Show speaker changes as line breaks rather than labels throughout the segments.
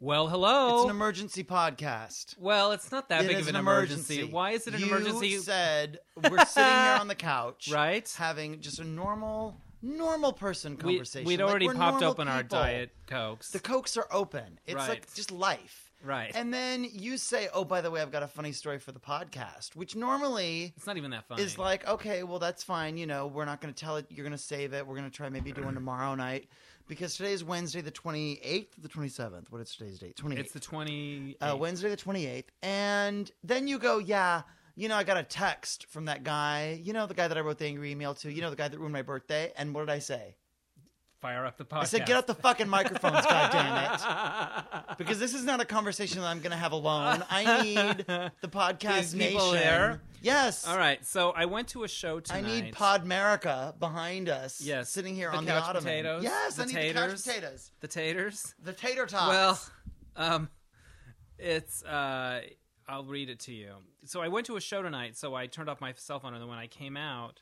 Well, hello.
It's an emergency podcast.
well, it's not that
It
big
is
Oh. of an emergency. Why is it an
you
emergency?
said we're sitting here on the couch,
Right.
having just a normal, normal person
we,
conversation.
would
Like,
already
we're
popped
normal
open our
people.
diet cokes.
The cokes are open. It's
Right.
like just life.
Right.
And then you say, "Oh, by the way, I've got a funny story for the podcast," which normally
it's not even that funny.
is like, "Okay, well that's fine. You know, we're not going to tell it. You're going to save it. We're going to try maybe do one tomorrow night because today is Wednesday, the 28th, the 27th. What is today's date? 28th.
it's the twenty.
uh, Wednesday the 28th. And then you go, yeah, you know, I got a text from that guy. You know, the guy that I wrote the angry email to. You know, the guy that ruined my birthday. And what did I say?
fire up the podcast.
I said, get out the fucking microphones, goddammit. Because this is not a conversation that I'm going to have alone. I need the podcast
These people
nation.
there?
Yes.
All right, so I went to a show
I
tonight.
need Podmerica behind us.
Yes.
Sitting here
The
on
couch
the ottoman.
potatoes,
Yes,
the
I need
taters.
the couch potatoes.
the taters.
The tater tots.
Well, um, it's uh, I'll read it to you. So I went to a show tonight, so I turned off my cell phone, and then when I came out,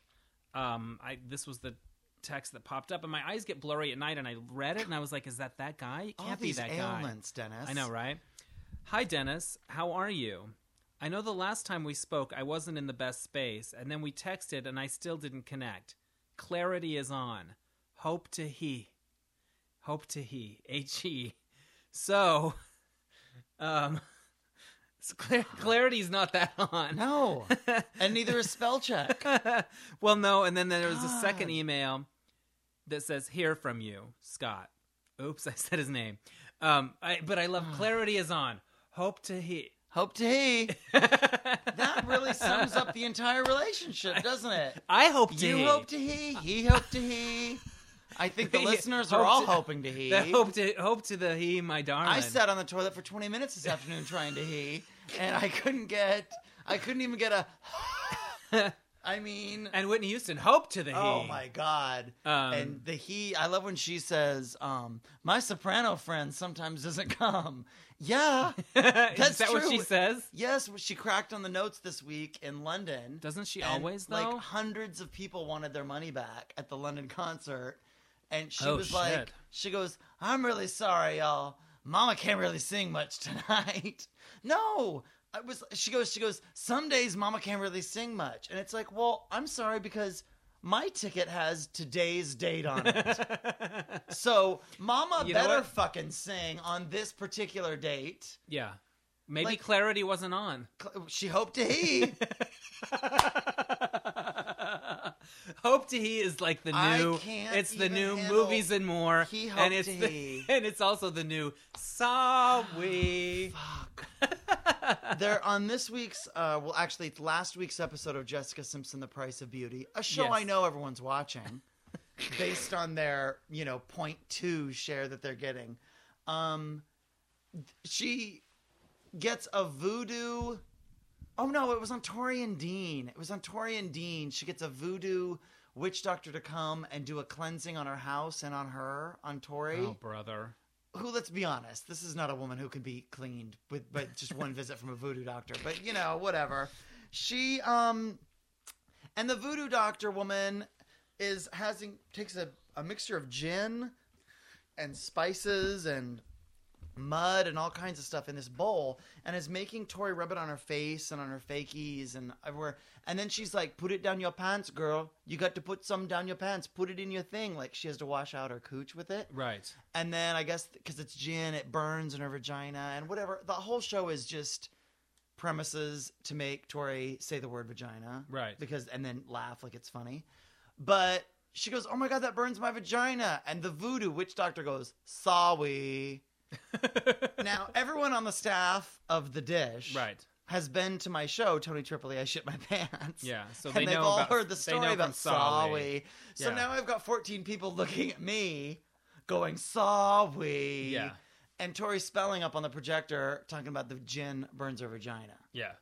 um, I this was the text that popped up, and my eyes get blurry at night, and I read it, and I was like, "Is that that guy? It
all
can't be
these
that guy."
ailments, Dennis.
I know, right? Hi, Dennis. How are you? I know the last time we spoke, I wasn't in the best space, and then we texted, and I still didn't connect. Clarity is on. Hope to he. Hope to he. H E. So, um, so clar- clarity's not that on.
No. and neither is spell check.
well, no, and then there was a
God.
second email that says "Hear from you, Scott." Oops, I said his name. Um, I, but I love clarity is on. Hope to he.
Hope to he.
that
That really sums up the entire relationship, doesn't it?
I hope to
You
he.
hope to he, he hope to he. I think the
Yeah,
listeners
hope
are all
to-
hoping to he.
That hope to hope to the he, my darling.
I sat on the toilet for 20 minutes this afternoon trying to he, and I couldn't get, I couldn't even get a. I mean,
and Whitney Houston. Hope to the he.
oh my god.
Um,
and the he, I love when she says, um, "My soprano friend sometimes doesn't come." Yeah,
Is
That's
that what
true.
she says?
yes, she cracked on the notes this week in London.
Doesn't she
And,
always though?
Like hundreds of people wanted their money back at the London concert, and she
Oh,
was like,
shit.
she goes, "I'm really sorry, y'all. Mama can't really sing much tonight." no, I was. She goes, she goes. Some days Mama can't really sing much, and it's like, well, I'm sorry because. My ticket has today's date on it. so, Mama
You know
better
what?
fucking sing on this particular date.
yeah. Maybe
Like-
clarity wasn't on.
Cl- She hoped to he.
Hope to he is like the
I
new.
can't
it's the
even
new
handle
movies and more.
he hope
and it's
to
the-
he.
and it's also the new Sawi.
Fuck. They're on this week's, uh, well, actually, it's last week's episode of Jessica Simpson: The Price of Beauty, a show
Yes.
I know everyone's watching, based on their, you know, point two share that they're getting. Um, she gets a voodoo. Oh no, it was on Tori and Dean. It was on Tori and Dean. She gets a voodoo witch doctor to come and do a cleansing on her house and on her on Tori
Oh brother.
who let's be honest this is not a woman who can be cleaned with but just one visit from a voodoo doctor but you know whatever she um and the voodoo doctor woman is has takes a, a mixture of gin and spices and mud and all kinds of stuff in this bowl and is making Tori rub it on her face and on her fakies and everywhere. And then she's like, put it down your pants, girl. You got to put some down your pants. Put it in your thing. Like she has to wash out her cooch with it.
Right.
And then I guess because it's gin, it burns in her vagina and whatever. The whole show is just premises to make Tori say the word vagina.
Right.
Because, and then laugh like it's funny. But she goes, Oh my God, that burns my vagina. And the voodoo witch doctor goes, Sawi. now, everyone on the staff of The Dish
Right.
has been to my show, Tony Tripoli, I Shit My Pants.
Yeah. So
and
they
they've
know
all
about,
heard the
they
story
know
about
from Sawi.
Sawi. So
Yeah.
now I've got 14 people looking at me going, Sawi.
Yeah.
And Tori spelling up on the projector talking about the gin burns her vagina.
Yeah.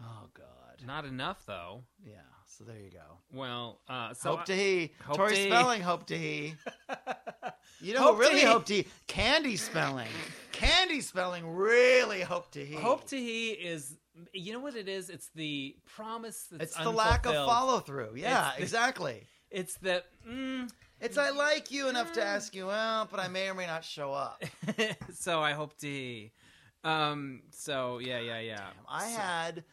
Oh, God.
Not enough though.
Yeah. So there you go.
Well, uh, so
hope to he.
Hope
Tori
to he.
spelling, hope to he. You know,
Hope
who
to
really
he.
hope to he. Candy spelling. Candy spelling really hope to he.
hope to he is. You know what it is? It's the promise. That's
It's the lack of
unfulfilled.
follow through. Yeah,
It's the-
exactly.
It's the mm,
It's I like you enough to ask you out, but I may or may not show up.
so I hope to he. Um, so yeah, yeah, yeah.
I
So-
had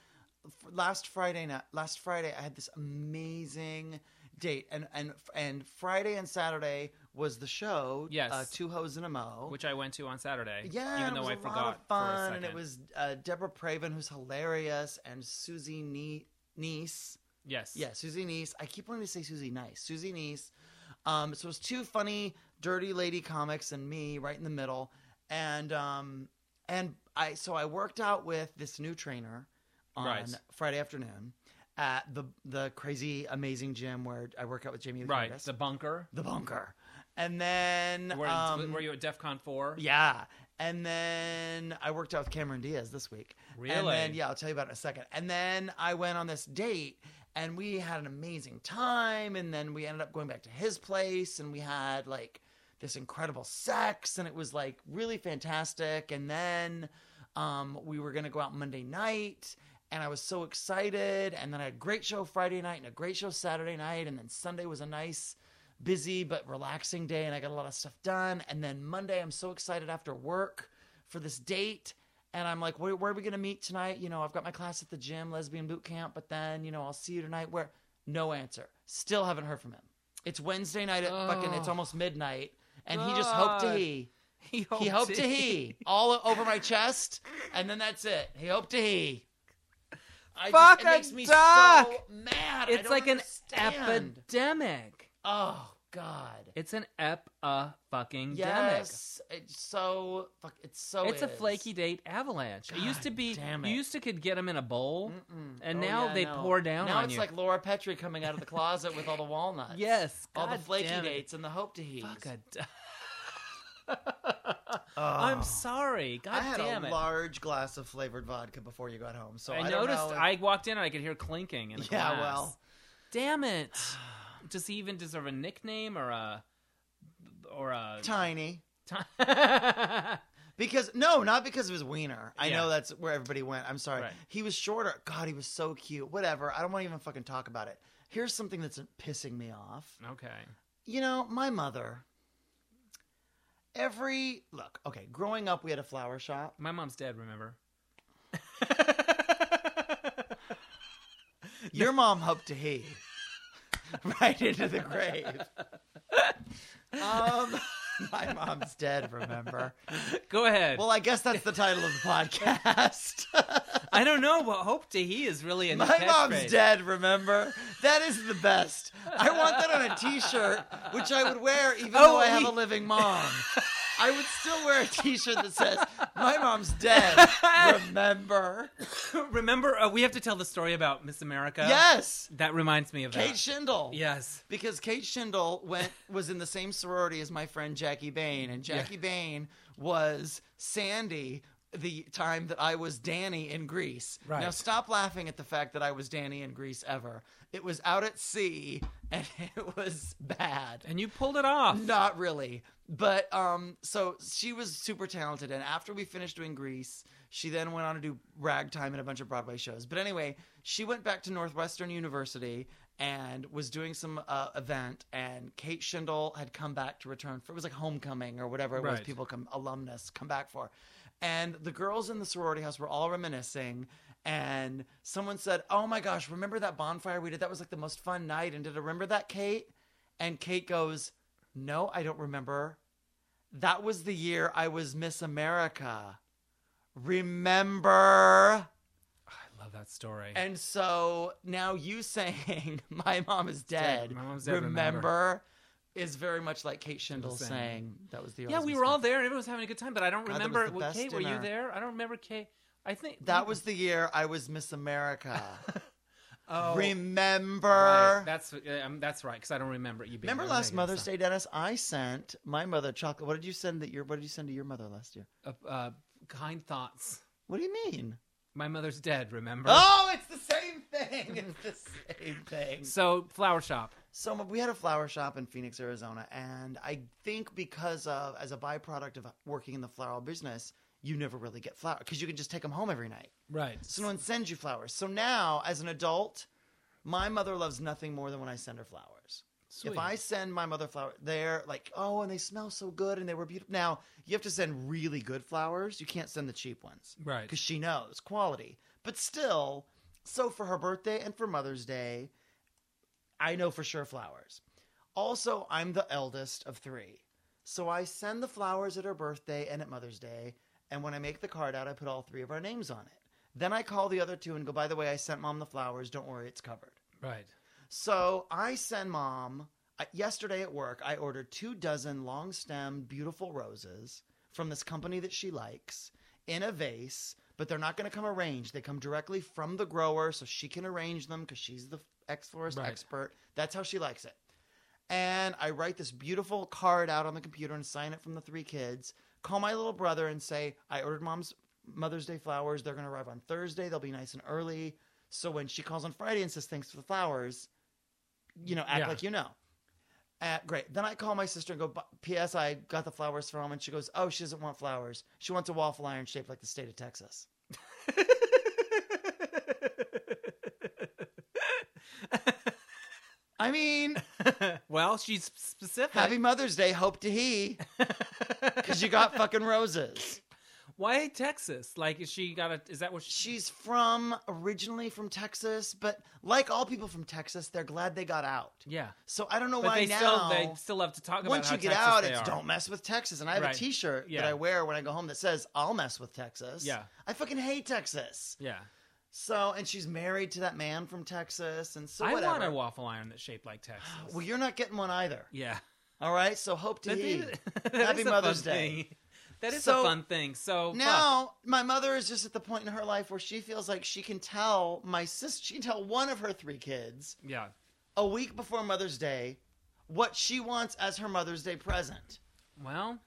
f- last Friday night. Last Friday, I had this amazing date, and and and Friday and Saturday was the show.
Yes.
uh, two hoes and a mo.
which I went to on Saturday.
yeah,
even
and it
though
was
I
a
forgot
lot of
for a
fun,
second.
and it was uh, Deborah Craven, who's hilarious, and Susie nee- Nice.
yes,
Yeah, Susie Nice. I keep wanting to say Susie Nice. Susie Nice. Um, so it was two funny, dirty lady comics and me right in the middle. And um, and I so I worked out with this new trainer on
Right.
Friday afternoon at the the crazy amazing gym where I work out with Jamie Lee
right.
Curtis.
The bunker.
the bunker. And then
Where,
um,
were you at DEF CON four?
yeah. And then I worked out with Cameron Diaz this week. And
Really?
then, yeah, I'll tell you about it in a second. And then I went on this date and we had an amazing time. And then we ended up going back to his place and we had like this incredible sex and it was like really fantastic. And then um, we were going to go out Monday night and I was so excited. And then I had a great show Friday night and a great show Saturday night. And then Sunday was a nice busy but relaxing day and I got a lot of stuff done. And then Monday, I'm so excited after work for this date. And I'm like, where, where are we going to meet tonight? You know, I've got my class at the gym, lesbian boot camp, but then, you know, I'll see you tonight. Where? No answer. Still haven't heard from him. It's Wednesday night at fucking, it's
Oh.
almost midnight. And he just hoped to
God.
he.
He
He hoped to
he.
he. All over my chest. And then that's it. He hoped to he. I
Fuck
it
a
makes me
duck.
so mad. I
It's
don't
like an
understand.
epidemic.
Oh, God.
It's an ep a fucking
Yes, it's so fuck. It's so.
It's a
is.
flaky date avalanche. it used to
God
be
damn it.
you used to could get them in a bowl,
Mm-mm.
and
Oh,
now
yeah,
they
no.
pour down
Now
on
it's
you.
like Laura Petrie coming out of the closet with all the walnuts.
yes,
all the
God
flaky
damn it.
dates and the hope to heat.
Fuck a duck. I'm sorry. God
Oh. I had
damn
a
it.
large glass of flavored vodka before you got home, so I,
I,
don't
noticed.
know if-
I walked in and I could hear clinking. In the
Yeah,
glass.
well.
damn it. Does he even deserve a nickname or a or a?
tiny
ti-
because no, not because of his wiener. I
Yeah.
know that's where everybody went. I'm sorry.
Right.
He was shorter. God, he was so cute. Whatever. I don't want to even fucking talk about it. Here's something that's pissing me off.
okay.
You know, my mother. Every look, okay. Growing up, we had a flower shop.
My mom's dead. Remember?
Your mom hoped to he right into the grave. Um, my mom's dead. Remember?
Go ahead.
Well, I guess that's the title of the podcast.
I don't know, but hope to he is really a new
my mom's
catchphrase.
dead. Remember? That is the best. I want that on a T-shirt, which I would wear even
Oh,
though I have
we-
a living mom. I would still wear a T-shirt that says "My mom's dead." Remember?
Remember, uh, we have to tell the story about Miss America.
Yes,
That reminds me of
Kate
that.
Schindel.
yes.
Because Kate Schindel went was in the same sorority as my friend Jackie Bain, and Jackie Bain was Sandy the time that I was Danny in Greece.
Right.
Now stop laughing at the fact that I was Danny in Greece ever. It was out at sea and it was bad.
And you pulled it off.
Not really. But um so she was super talented and after we finished doing Grease, she then went on to do ragtime and a bunch of Broadway shows. But anyway, she went back to Northwestern University and was doing some uh, event and Kate Schindel had come back to return for it was like homecoming or whatever it was
Right.
people come alumnus come back for. And the girls in the sorority house were all reminiscing and someone said, "Oh my gosh, remember that bonfire we did? That was like the most fun night." And did I remember that, Kate? And Kate goes, No, I don't remember. That was the year I was Miss America. Remember?
I love that story.
And so now you saying, My mom is dead.
My mom's dead,
Remember,
remember.
is very much like Kate Schindel
same.
saying, That was the year I
yeah,
was
we
Miss
were all
America."
there. Everyone was having a good time, but I don't
God, that was
remember.
the
well,
best
Kate, were you
dinner.
there? I don't remember Kate. I think
That was the year I was Miss America.
Oh,
remember?
right. That's uh, um, that's right because I don't remember you being.
Remember
there.
last
Megan,
Mother's
so-
Day, Dennis? I sent my mother chocolate. What did you send that your what did you send to your mother last year?
Uh, uh, kind thoughts.
What do you mean?
My mother's dead. Remember.
Oh, it's the same thing. It's the same thing.
So flower shop.
So we had a flower shop in Phoenix, Arizona, and I think because of as a byproduct of working in the floral business, you never really get flowers because you can just take them home every night.
Right.
So no one sends you flowers. So now, as an adult, my mother loves nothing more than when I send her flowers. If I send my mother flower, they're like, oh, and they smell so good and they were beautiful. Now, you have to send really good flowers. You can't send the cheap ones
right,
because she knows quality. But still, so for her birthday and for Mother's Day, I know for sure flowers. Also, I'm the eldest of three. So I send the flowers at her birthday and at Mother's Day. And when I make the card out, I put all three of our names on it. Then I call the other two and go, by the way, I sent mom the flowers. Don't worry, it's covered.
right.
So I send mom uh, yesterday at work. I ordered two dozen long stemmed, beautiful roses from this company that she likes in a vase, but they're not going to come arranged. They come directly from the grower, so she can arrange them because she's the ex florist
Right.
expert. That's how she likes it. And I write this beautiful card out on the computer and sign it from the three kids. Call my little brother and say, I ordered mom's Mother's Day flowers. They're going to arrive on Thursday. They'll be nice and early. So when she calls on Friday and says thanks for the flowers, you know, act
Yeah.
like you know. Uh, great. Then I call my sister and go, "Bu- P.S. I got the flowers from him. And she goes, Oh, she doesn't want flowers. She wants a waffle iron shaped like the state of Texas. I mean,
well, she's specific.
happy Mother's Day. Hope to he, because you got fucking roses.
Why Texas? Like, is she got a? Is that what she?
She's from originally from Texas, but like all people from Texas, they're glad they got out.
Yeah,
So I don't know
but
why
they
now.
still they still love to talk about.
once
how
you get
Texas
out,
they
it's
are.
don't mess with Texas. And I have
Right.
a T-shirt
Yeah.
that I wear when I go home that says "I'll mess with Texas."
Yeah.
I fucking hate Texas.
Yeah,
So, and she's married to that man from Texas, and so
I
whatever.
want a waffle iron that's shaped like Texas.
well, you're not getting one either.
yeah,
All right. So hope to
That
he.
is- that
Happy
is a
Mother's
fun
Day.
thing. That is a
So,
fun thing. So fuck.
Now, my mother is just at the point in her life where she feels like she can tell my sister, she can tell one of her three kids
yeah,
a week before Mother's Day what she wants as her Mother's Day present.
well,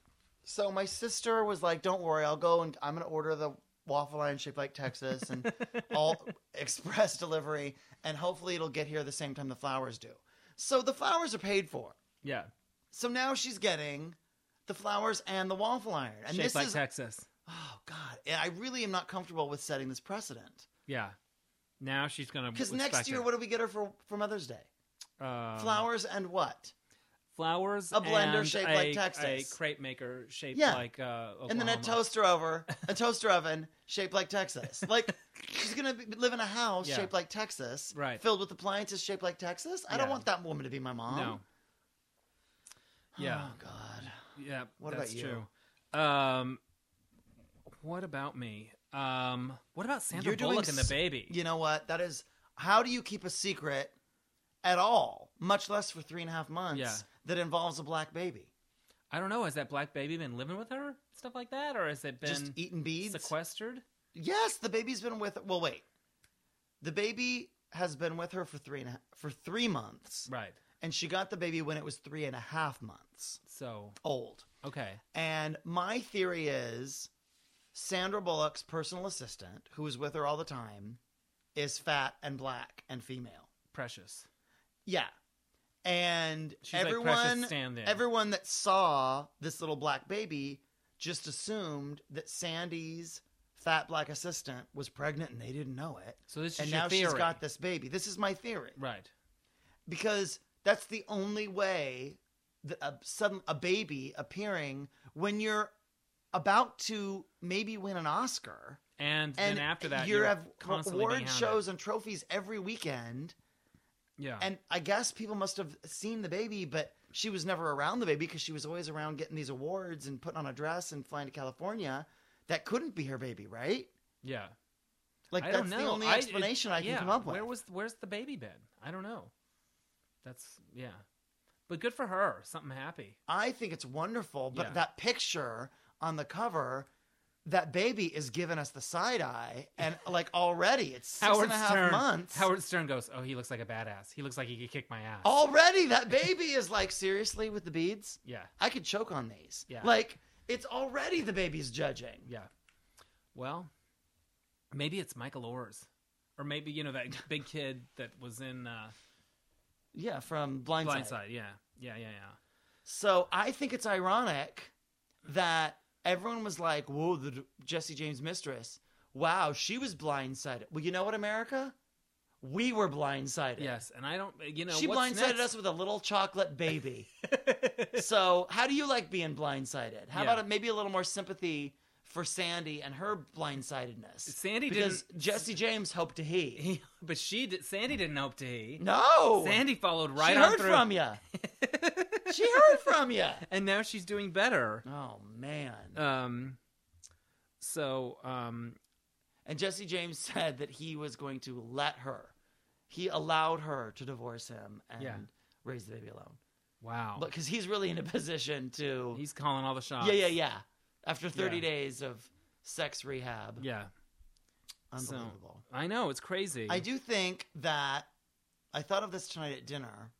So my sister was like, "Don't worry, I'll go and I'm gonna order the waffle iron shaped like Texas and all express delivery, and hopefully it'll get here the same time the flowers do." So the flowers are paid for.
yeah,
So now she's getting the flowers and the waffle iron, and
shaped
this
like
is
Texas.
oh god, I really am not comfortable with setting this precedent.
Yeah. Now she's gonna
Because
respect
next year,
it.
what do we get her for, for Mother's Day?
Um,
Flowers and what?
flowers,
a blender
and
shaped
a-
like
a
Texas.
crepe maker shaped
Yeah.
like uh, Oklahoma.
And then a toaster over, a toaster oven shaped like Texas. Like she's gonna be, live in a house
Yeah.
shaped like Texas,
Right.
Filled with appliances shaped like Texas. I
Yeah.
don't want that woman to be my mom.
No, yeah.
Oh God.
yeah,
What about
that's
you?
true. Um, what about me? Um, what about Sandra
You're doing
Bullock and the
s-
baby?
You know what? That is. How do you keep a secret at all, much less for three and a half months,
Yeah.
that involves a black baby?
I don't know. Has that black baby been living with her, stuff like that, or has it
Just
been
eating beads.
sequestered?
Yes, the baby's been with. Well, wait. The baby has been with her for three and a half, for three months,
Right.
and she got the baby when it was three and a half months
So
old.
okay,
And my theory is, Sandra Bullock's personal assistant, who is with her all the time, is fat and black and female.
precious.
Yeah, and
She's like
everyone,
precious. Stand there.
everyone that saw this little black baby just assumed that Sandy's fat black assistant was pregnant and they didn't know it.
so this is
and
your
now
theory.
she's got this baby. This is my theory
right.
because that's the only way that a sudden a baby appearing when you're about to maybe win an Oscar
And, then
and
after that,
you
you're
have
constantly being
award
hounded.
shows and trophies every weekend.
Yeah.
And I guess people must have seen the baby, but she was never around the baby because she was always around getting these awards and putting on a dress and flying to California. That couldn't be her baby, right?
yeah.
Like
I don't
that's
know.
the only
I- it-
explanation I, can
yeah,
come up with.
Where was where's the baby been? I don't know. That's yeah. But good for her. Something happy.
I think it's wonderful, but
Yeah.
that picture on the cover, that baby is giving us the side eye, and like already it's six and a half
Stern.
months.
Howard Stern goes, "Oh, he looks like a badass. He looks like he could kick my ass."
already that baby is like seriously with the beads.
Yeah.
I could choke on these.
Yeah.
Like it's already the baby's judging.
Yeah. Well, maybe it's Michael Orr's. Or maybe, you know, that big kid that was in uh,
Yeah, from Blindside.
Blindside. Yeah. Yeah, yeah, yeah.
So I think it's ironic that everyone was like, "Whoa, the D- Jesse James mistress! Wow, she was blindsided." Well, you know what, America? We were blindsided.
Yes, and I don't. You know,
she
what's
blindsided
next?
us with a little chocolate baby. so, how do you like being blindsided? How
Yeah.
about maybe a little more sympathy for Sandy and her blindsidedness?
Sandy
because
didn't.
Jesse James hoped to he.
He, but she did, Sandy didn't hope to he.
No,
Sandy followed right
she
on
heard
through.
from you. she heard from you.
and now she's doing better.
Oh man!
Um, so um,
and Jesse James said that he was going to let her. He allowed her to divorce him and
Yeah.
raise the baby alone.
wow,
But because he's really in a position to.
he's calling all the shots.
yeah, yeah, yeah. After 30
Yeah.
days of sex rehab.
yeah. so-
Unbelievable.
I know it's crazy.
I do think that I thought of this tonight at dinner.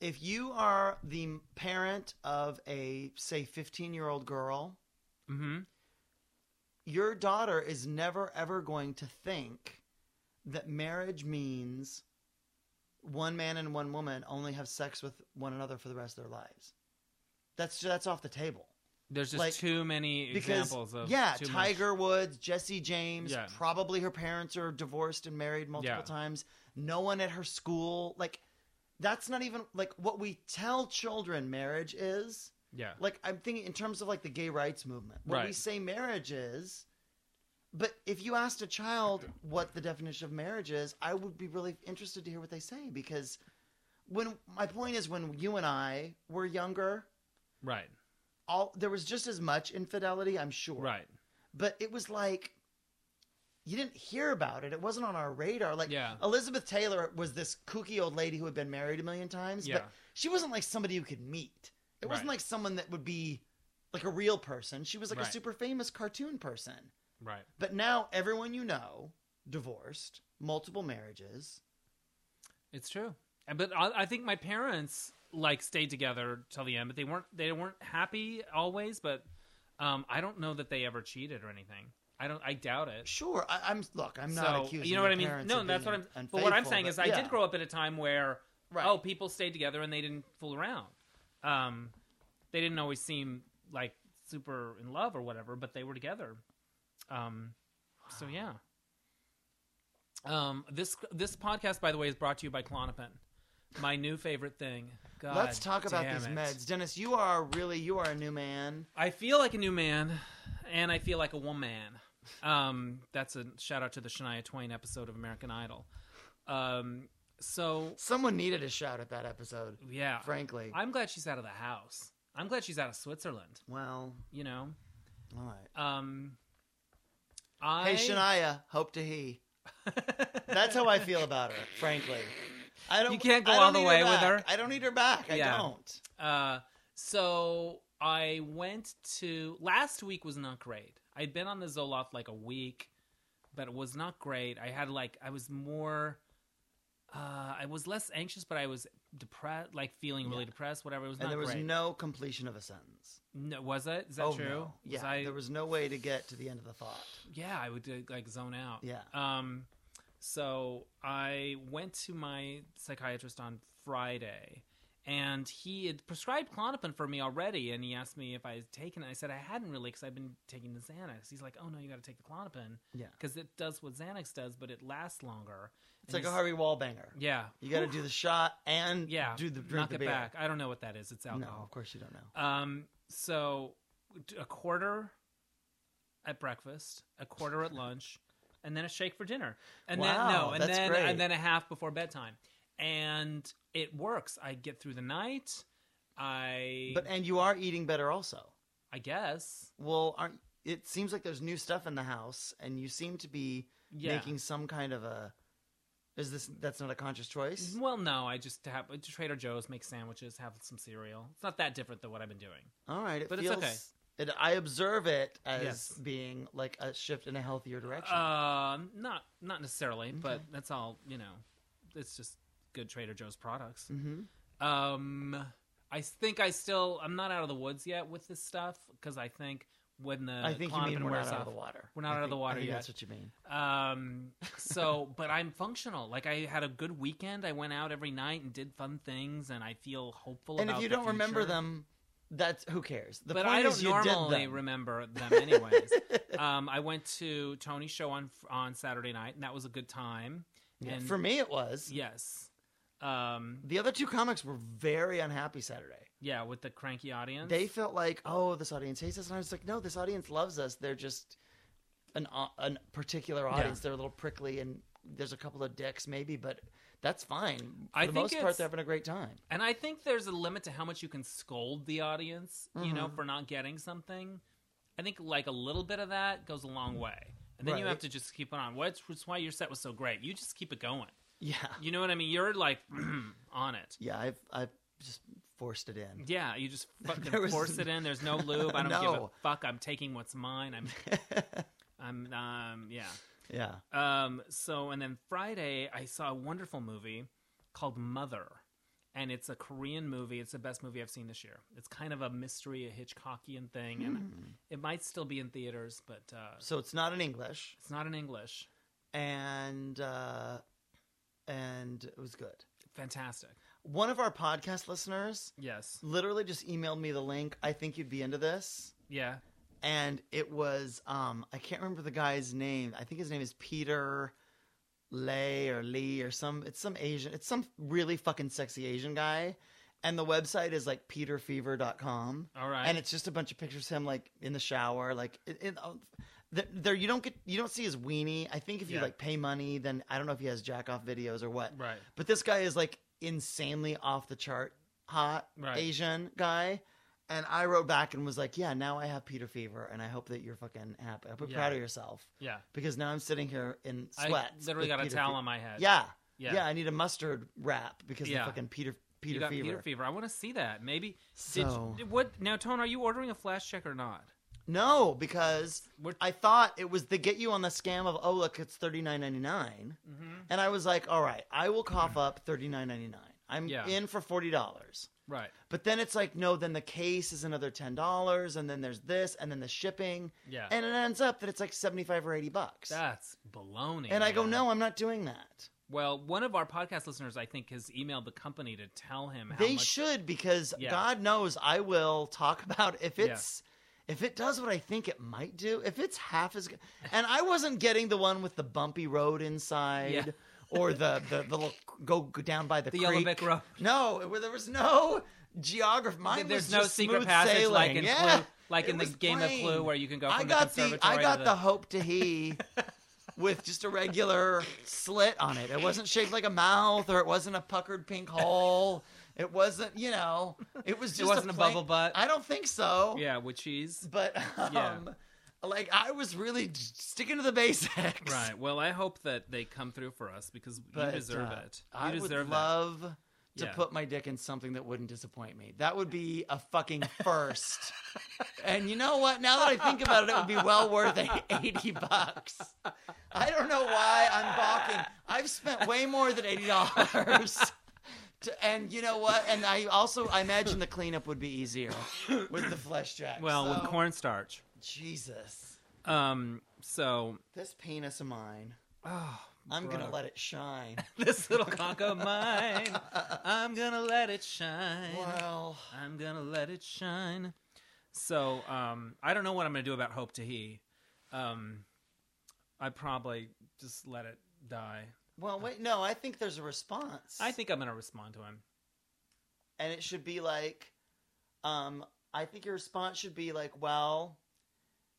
If you are the m- parent of a, say, 15 year old girl,
Mm-hmm.
your daughter is never, ever going to think that marriage means one man and one woman only have sex with one another for the rest of their lives. That's, that's off the table.
There's just
like,
too many examples of
yeah,
too much-
Tiger Woods, Jesse James,
Yeah.
probably her parents are divorced and married multiple
Yeah.
times. No one at her school, like that's not even like what we tell children marriage is.
Yeah,
Like I'm thinking in terms of like the gay rights movement, what we
Right.
say marriage is. But if you asked a child what the definition of marriage is, I would be really interested to hear what they say because when my point is when you and I were younger,
right,
all there was just as much infidelity, I'm sure
right.
but it was like you didn't hear about it. It wasn't on our radar. Like
Yeah.
Elizabeth Taylor was this kooky old lady who had been married a million times,
Yeah.
but she wasn't like somebody you could meet. It wasn't
Right.
like someone that would be like a real person. She was like a
Right.
super famous cartoon person.
Right.
But now everyone you know, divorced, multiple marriages.
It's true. And- But I, I think my parents like stayed together till the end, but they weren't they weren't happy always. But um, I don't know that they ever cheated or anything. I don't. I doubt it.
Sure, I, I'm look. I'm not
so
accusing
you know what
your
I mean?
parents
No,
of
that's
being
what I'm.
unfaithful,
but what I'm saying
but
is, I
yeah.
did grow up at a time where
Right.
oh, people stayed together and they didn't fool around. Um, they didn't always seem like super in love or whatever, but they were together. Um, so yeah. Um, this this podcast, by the way, is brought to you by Clonopin, my new favorite thing. God
Let's talk about
damn
these
it.
meds, Dennis. You are really you are a new man.
I feel like a new man, and I feel like a woman. Um, that's a shout out to the Shania Twain episode of American Idol. Um, so
Someone needed a shout at that episode.
yeah,
frankly.
I'm glad she's out of the house. I'm glad she's out of Switzerland.
well,
You know,
all right.
um, I
Hey, Shania, hope to he. That's how I feel about her, frankly. I don't.
You can't go
I don't
all the
need
way with
back.
her.
I don't need her back. I
Yeah.
don't.
Uh, so I went to last week was not great. I'd been on the Zoloft like a week, but it was not great. I had like I was more uh I was less anxious, but I was depressed, like feeling really
Yeah.
depressed, whatever. It was
And
not
there was
great.
no completion of a sentence.
No, was it? Is that
oh
true?
no!
Was
Yeah,
I-
there was no way to get to the end of the thought.
yeah, I would uh, like zone out.
Yeah.
Um, so I went to my psychiatrist on Friday, and he had prescribed clonopin for me already, and he asked me if I had taken it. I said I hadn't really because I've been taking the Xanax. He's like, "Oh no, you got to take the clonopin
Yeah,
because it does what Xanax does, but it lasts longer."
it's
And
like a
he's-
Harvey Wallbanger.
Yeah.
You got to do the shot and
Yeah.
do the drink
knock
the
it
beer.
back. I don't know what that is. It's
No,
alcohol.
of course you don't know.
Um, so d- a quarter at breakfast, a quarter at lunch, and then a shake for dinner. And then
Wow,
no, and
that's
then
great.
and then a half before bedtime. And it works. I get through the night. I
But and you are eating better also.
I guess.
Well, aren't? It seems like there's new stuff in the house, and you seem to be
Yeah.
making some kind of a. Is this that's not a conscious choice?
well, no, I just have to Trader Joe's, make sandwiches, have some cereal. It's not that different than what I've been doing.
All right, it
But it's
feels.
okay.
It, I observe it as
Yes.
being like a shift in a healthier direction.
Um, not not necessarily, but
Okay.
that's all. You know, it's just good Trader Joe's products.
hmm
Um, I think I still I'm not out of the woods yet with this stuff because I think when the
I think you
Klonopin
mean we're not
wears
out
off,
of the water.
We're not
I
out of the
think- I
water
think
yet.
That's what you mean.
um, so but I'm functional. Like I had a good weekend. I went out every night and did fun things, and I feel hopeful.
and if
about
you
the
don't remember
future.
them, that's who cares. The
but
point
I don't
is you
normally
did them.
remember them anyways. um, I went to Tony's show on on Saturday night, and that was a good time.
Yeah,
And-
for me, it was.
Yes. Um,
The other two comics were very unhappy Saturday.
yeah, with the cranky audience.
They felt like, oh, this audience hates us, and I was like, no, this audience loves us. They're just an au- an particular audience. They're a little prickly, and there's a couple of dicks maybe, but that's fine. For
I
the
think
most
it's-
part, they're having a great time.
And I think there's a limit to how much you can scold the audience, you
Mm-hmm.
know, for not getting something. I think like a little bit of that goes a long way. And then you
Right.
have to just keep it on. What's what's why your set was so great. You just keep it going.
Yeah,
You know what I mean? You're like on it.
yeah. I've I've just forced it in.
Yeah, you just fucking
There was-
force it in. There's no lube. I don't give a
No.
fuck. I'm taking what's mine. I'm I'm um yeah.
Yeah.
Um, so and then Friday I saw a wonderful movie called Mother, and it's a Korean movie. It's the best movie I've seen this year. It's kind of a mystery, a Hitchcockian thing, and
Hmm.
it might still be in theaters, but uh,
So it's not in English,
it's not in English.
and uh, and it was good.
Fantastic.
One of our podcast listeners
Yes.
literally just emailed me the link. I think you'd be into this.
Yeah.
and it was um I can't remember the guy's name. I think his name is Peter Lay or Lee or some it's some Asian it's some really fucking sexy Asian guy. And the website is like peterfever.com.
All right.
And it's just a bunch of pictures of him like in the shower, like it, it, oh, th- there you don't get you don't see his weenie. I think if you
Yeah.
like pay money, then I don't know if he has jack off videos or what.
right.
But this guy is like insanely off the chart hot
Right.
Asian guy. And I wrote back and was like, yeah, now I have Peter fever and I hope that you're fucking happy. I hope you're
Yeah.
proud of yourself
Yeah.
because now I'm sitting here in
I
sweat.
literally got a towel on my head.
Yeah.
Yeah.
yeah. I need a mustard wrap because
Yeah.
of fucking Peter Peter
you got
fever.
Peter fever. I want to see that. Maybe. Did
So
you- what now, Tone? Are you ordering a flash check or not?
no, because
We're-
I thought it was to get you on the scam of oh look it's thirty nine ninety nine,
Mm-hmm.
and I was like, all right, I will cough up thirty nine ninety nine. I'm
Yeah.
in for forty dollars.
Right.
But then it's like, no, then the case is another ten dollars, and then there's this, and then the shipping,
Yeah.
and it ends up that it's like seventy-five or eighty bucks.
That's baloney.
and I go,
man.
no, I'm not doing that.
Well, one of our podcast listeners, I think, has emailed the company to tell him how
they
much.
should because
Yeah.
God knows I will talk about if
Yeah.
it's if it does what I think it might do. If it's half as good, and I wasn't getting the one with the bumpy road inside.
Yeah.
Or the, the, the little go go down by the,
The
creek.
Yellow Brick Road.
No, where there was no geography. Mine
There's
was
no
just
secret
smooth
passage
sailing.
like in
yeah.
Clue, like
It
in the
was
game of
plain.
Clue where you can go from
I
the
got the,
conservatory
I got
to
the,
the,
hope to he with just a regular slit on it. It wasn't shaped like a mouth or it wasn't a puckered pink hole. It wasn't, you know, it was just
wasn't a
plain-
bubble butt.
I don't think so.
yeah with cheese.
But um
Yeah.
like I was really sticking to the basics.
Right. Well, I hope that they come through for us because you
But,
deserve
uh,
it. You
I
deserve
would love to
Yeah.
put my dick in something that wouldn't disappoint me. That would be a fucking first. and you know what? Now that I think about it, it would be well worth eight- 80 bucks. I don't know why I'm balking. I've spent way more than $80. to- and you know what? And I also I imagine the cleanup would be easier with the flesh jack.
that. Well, with
So-
cornstarch.
Jesus,
Um. So
this penis of mine,
oh,
I'm gonna
brother.
let it shine.
this little cock of mine. I'm gonna let it shine.
Well,
I'm gonna let it shine. So um, I don't know what I'm gonna do about Hope to He. Um, I probably just let it die.
well, wait. No, I think there's a response.
I think I'm gonna respond to him.
and it should be like um i think your response should be like well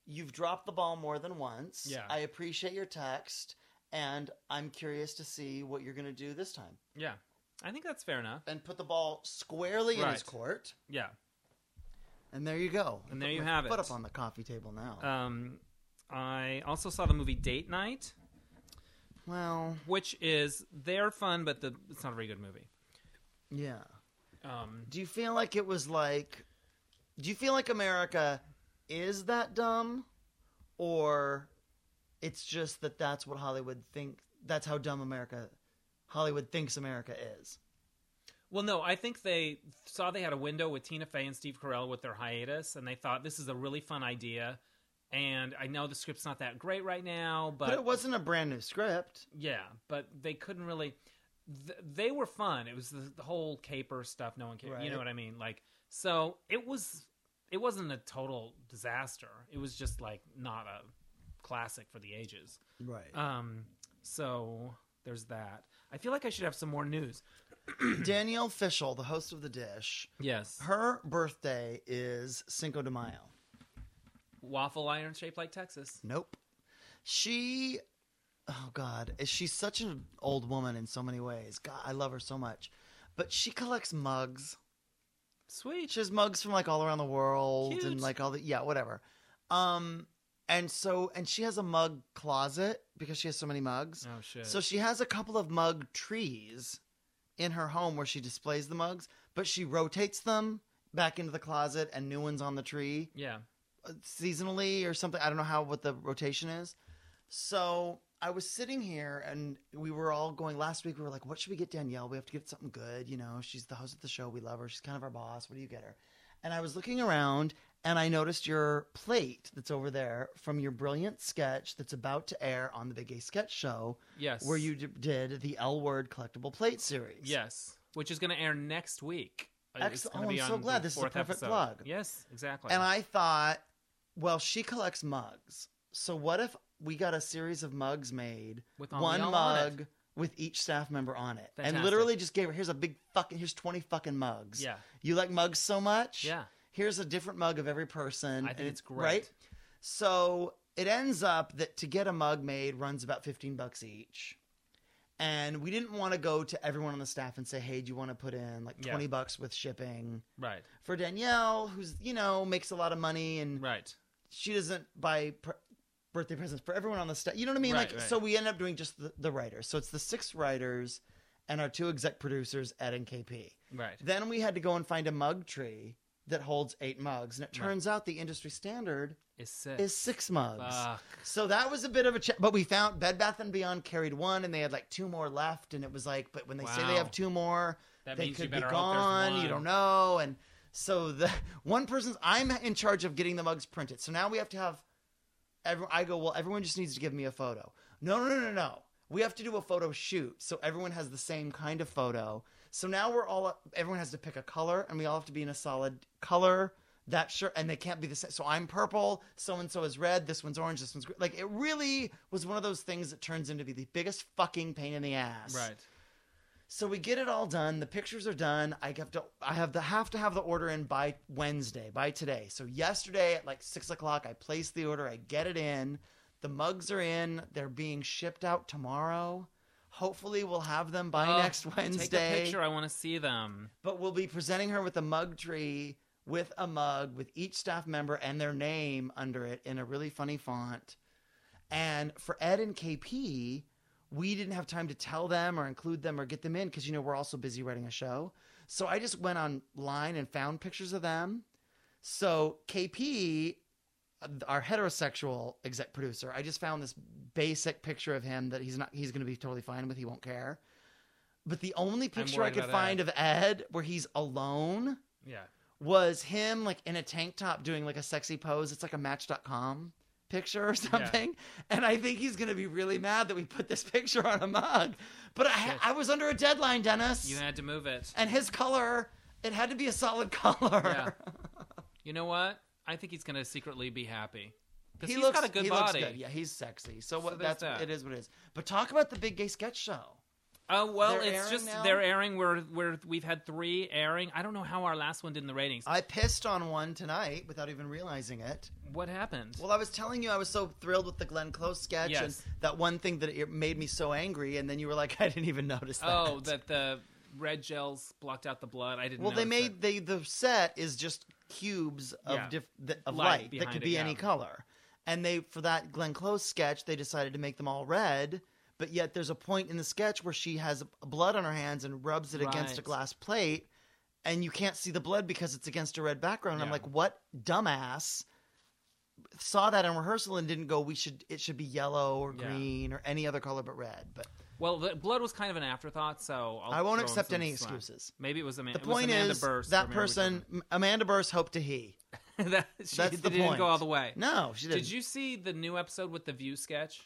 you've dropped the ball more than once
Yeah.
i appreciate your text and i'm curious to see what you're going to do this time
Yeah, I think that's fair enough.
and put the ball squarely in his
Right.
court
Yeah.
and there you go
And there you
Put
have
my foot
it.
up on the coffee table now
Um, I also saw the movie Date Night,
well
which is they're fun, but the it's not a very good movie.
yeah
Um,
do you feel like it was like do you feel like america is that dumb or it's just that that's what hollywood think that's how dumb america hollywood thinks america is
well, no, I think they saw they had a window with Tina Fey and Steve Carell with their hiatus, and they thought this is a really fun idea. And I know the script's not that great right now,
but, it wasn't a brand new script
Yeah, but they couldn't really. Th- they were fun. It was the, the whole caper stuff. No one cared. You know
Right.
what I mean? Like, so it was. It wasn't a total disaster. It was just like not a classic for the ages.
right
Um. So there's that. I feel like I should have some more news.
Danielle Fishel, the host of The Dish,
Yes.
her birthday is Cinco de Mayo.
Waffle iron shaped like Texas.
Nope. She, oh God, is she's such an old woman in so many ways. God, I love her so much. But she collects mugs.
Sweet.
She has mugs from like all around the world
Cute.
and like all the yeah, whatever. Um, and so and she has a mug closet because she has so many mugs.
Oh shit.
So she has a couple of mug trees in her home where she displays the mugs, but she rotates them back into the closet and new ones on the tree
yeah.
uh, seasonally or something. I don't know how what the rotation is. So I was sitting here and we were all going last week. We were like, what should we get Danielle? We have to get something good. You know, she's the host of the show. We love her. She's kind of our boss. What do you get her? And I was looking around and I noticed your plate that's over there from your brilliant sketch that's about to air on the Big A Sketch Show,
Yes.
where you d- did the L Word collectible plate series.
Yes. Which is going to air next week. Uh, it's
Excellent.
gonna
Oh,
be
I'm so
on
glad.
the
This is a
fourth
perfect
episode.
plug.
Yes, exactly.
And I thought, well, she collects mugs. So what if we got a series of mugs made,
With all
one
y'all on it.
mug with each staff member on it,
Fantastic.
and literally just gave her here's a big fucking here's twenty fucking mugs.
Yeah.
you like mugs so much.
Yeah.
here's a different mug of every person.
I think
and
it's great.
Right? So it ends up that to get a mug made runs about fifteen bucks each. And we didn't want to go to everyone on the staff and say, "Hey, do you want to put in like
Yeah.
twenty bucks with shipping?"
Right.
for Danielle, who's you know makes a lot of money and
Right.
she doesn't buy pr- birthday presents for everyone on the staff. You know what I mean?
Right,
like,
right.
so we end up doing just the, the writers. So it's the six writers and our two exec producers, Ed and KP.
Right.
Then we had to go and find a mug tree that holds eight mugs, and it turns out the industry standard
Is sick.
is six mugs.
Fuck.
So that was a bit of a ch- but we found Bed Bath and Beyond carried one, and they had like two more left, and it was like, but when they say they
Wow.
have two more,
That
they
means you
could be
better hope there's
gone.
one.
You don't know, and so the one person's I'm in charge of getting the mugs printed. So now we have to have. Every, I go well. Everyone just needs to give me a photo. No, no, no, no, no. We have to do a photo shoot, so everyone has the same kind of photo. So now we're all everyone has to pick a color, and we all have to be in a solid color. That shirt, and they can't be the same. So I'm purple. So and so is red. This one's orange. This one's green. Like it really was one of those things that turns into be the biggest fucking pain in the ass.
Right.
So we get it all done. The pictures are done. I have to. I have the have to have the order in by Wednesday, by today. So yesterday at like six o'clock, I placed the order. I get it in. The mugs are in. They're being shipped out tomorrow. Hopefully, we'll have them by
Oh,
next Wednesday.
Take a picture. I want to see them.
But we'll be presenting her with a mug tree with a mug with each staff member and their name under it in a really funny font. And for Ed and KP, we didn't have time to tell them or include them or get them in because, you know, we're also busy writing a show. So I just went online and found pictures of them. So KP, our heterosexual exec producer, I just found this basic picture of him that he's not, he's going to be totally fine with. He won't care. But the only picture I
worried
could
about Ed.
find of Ed where he's alone
Yeah.
was him like in a tank top doing like a sexy pose. It's like a match.com picture or something. And I think he's going to be really mad that we put this picture on a mug. But I,
Shit.
I was under a deadline, Dennis.
You had to move it.
and his color, it had to be a solid color.
Yeah. You know what? I think he's going to secretly be happy. Because
he
has
looks
got a good
he looks
body.
good. Yeah, he's sexy. So,
So
what,
there's
that's what
that.
it is what it is. But talk about the big gay sketch show.
Oh well,
They're
it's
airing
just
now?
they're airing. We're we're we've had three airing. I don't know how our last one did in the ratings.
I pissed on one tonight without even realizing it.
what happened?
Well, I was telling you I was so thrilled with the Glenn Close sketch and
Yes.
that one thing that it made me so angry, and then you were like, I didn't even notice that.
oh, that the red gels blocked out the blood. I didn't.
well, they
notice
made
that.
they the set is just cubes of
Yeah.
diff, th- of
Light
light, that
behind
could
it,
be
yeah.
any color, and they for that Glenn Close sketch they decided to make them all red. But yet, there's a point in the sketch where she has blood on her hands and rubs it against a
Right.
glass plate, and you can't see the blood because it's against a red background. I'm
Yeah.
like, what dumbass saw that in rehearsal and didn't go? We should it should be yellow or
Yeah.
green or any other color but red. But
Well, the blood was kind of an afterthought, so I'll
I won't
throw him
accept
some
any
slack.
excuses.
Maybe it was Amanda.
the point
it was Amanda
is
Burst
that person, Amanda Burst, hope to he.
that she
That's the
didn't
point.
go all the way.
No, she didn't.
Did you see the new episode with the view sketch?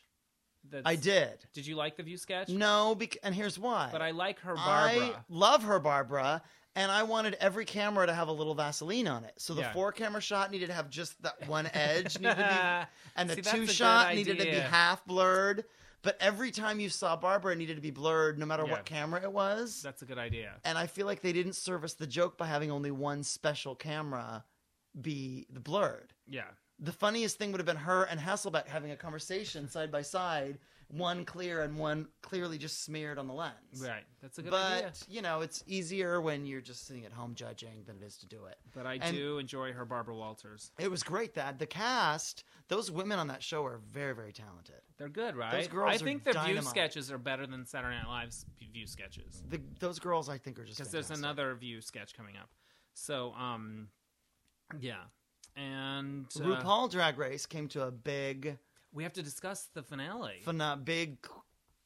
That's,
I did.
Did you like the view sketch?
No, bec- and here's why.
But I like her
I
Barbara.
love her Barbara, and I wanted every camera to have a little Vaseline on it. So the
Yeah.
four camera shot needed to have just that one edge, needed to be, and the
See, that's a
two
good
shot needed to be
idea.
half blurred. But every time you saw Barbara, it needed to be blurred, no matter
Yeah.
what camera it was.
That's a good idea.
and I feel like they didn't service the joke by having only one special camera be the blurred.
Yeah.
The funniest thing would have been her and Hasselbeck having a conversation side by side, one clear and one clearly just smeared on the lens.
Right. That's a good
But
idea.
you know, it's easier when you're just sitting at home judging than it is to do it.
But I
and-
do enjoy her Barbara Walters.
It was great that the cast, those women on that show are very, very talented.
They're good, right?
girls
I
are
think their view
dynamite.
sketches are better than Saturday Night Live's view sketches.
The, those girls, I think, are just
because there's
fantastic.
another view sketch coming up. So, um, yeah, and uh,
RuPaul Drag Race came to a big,
we have to discuss the finale.
fina- big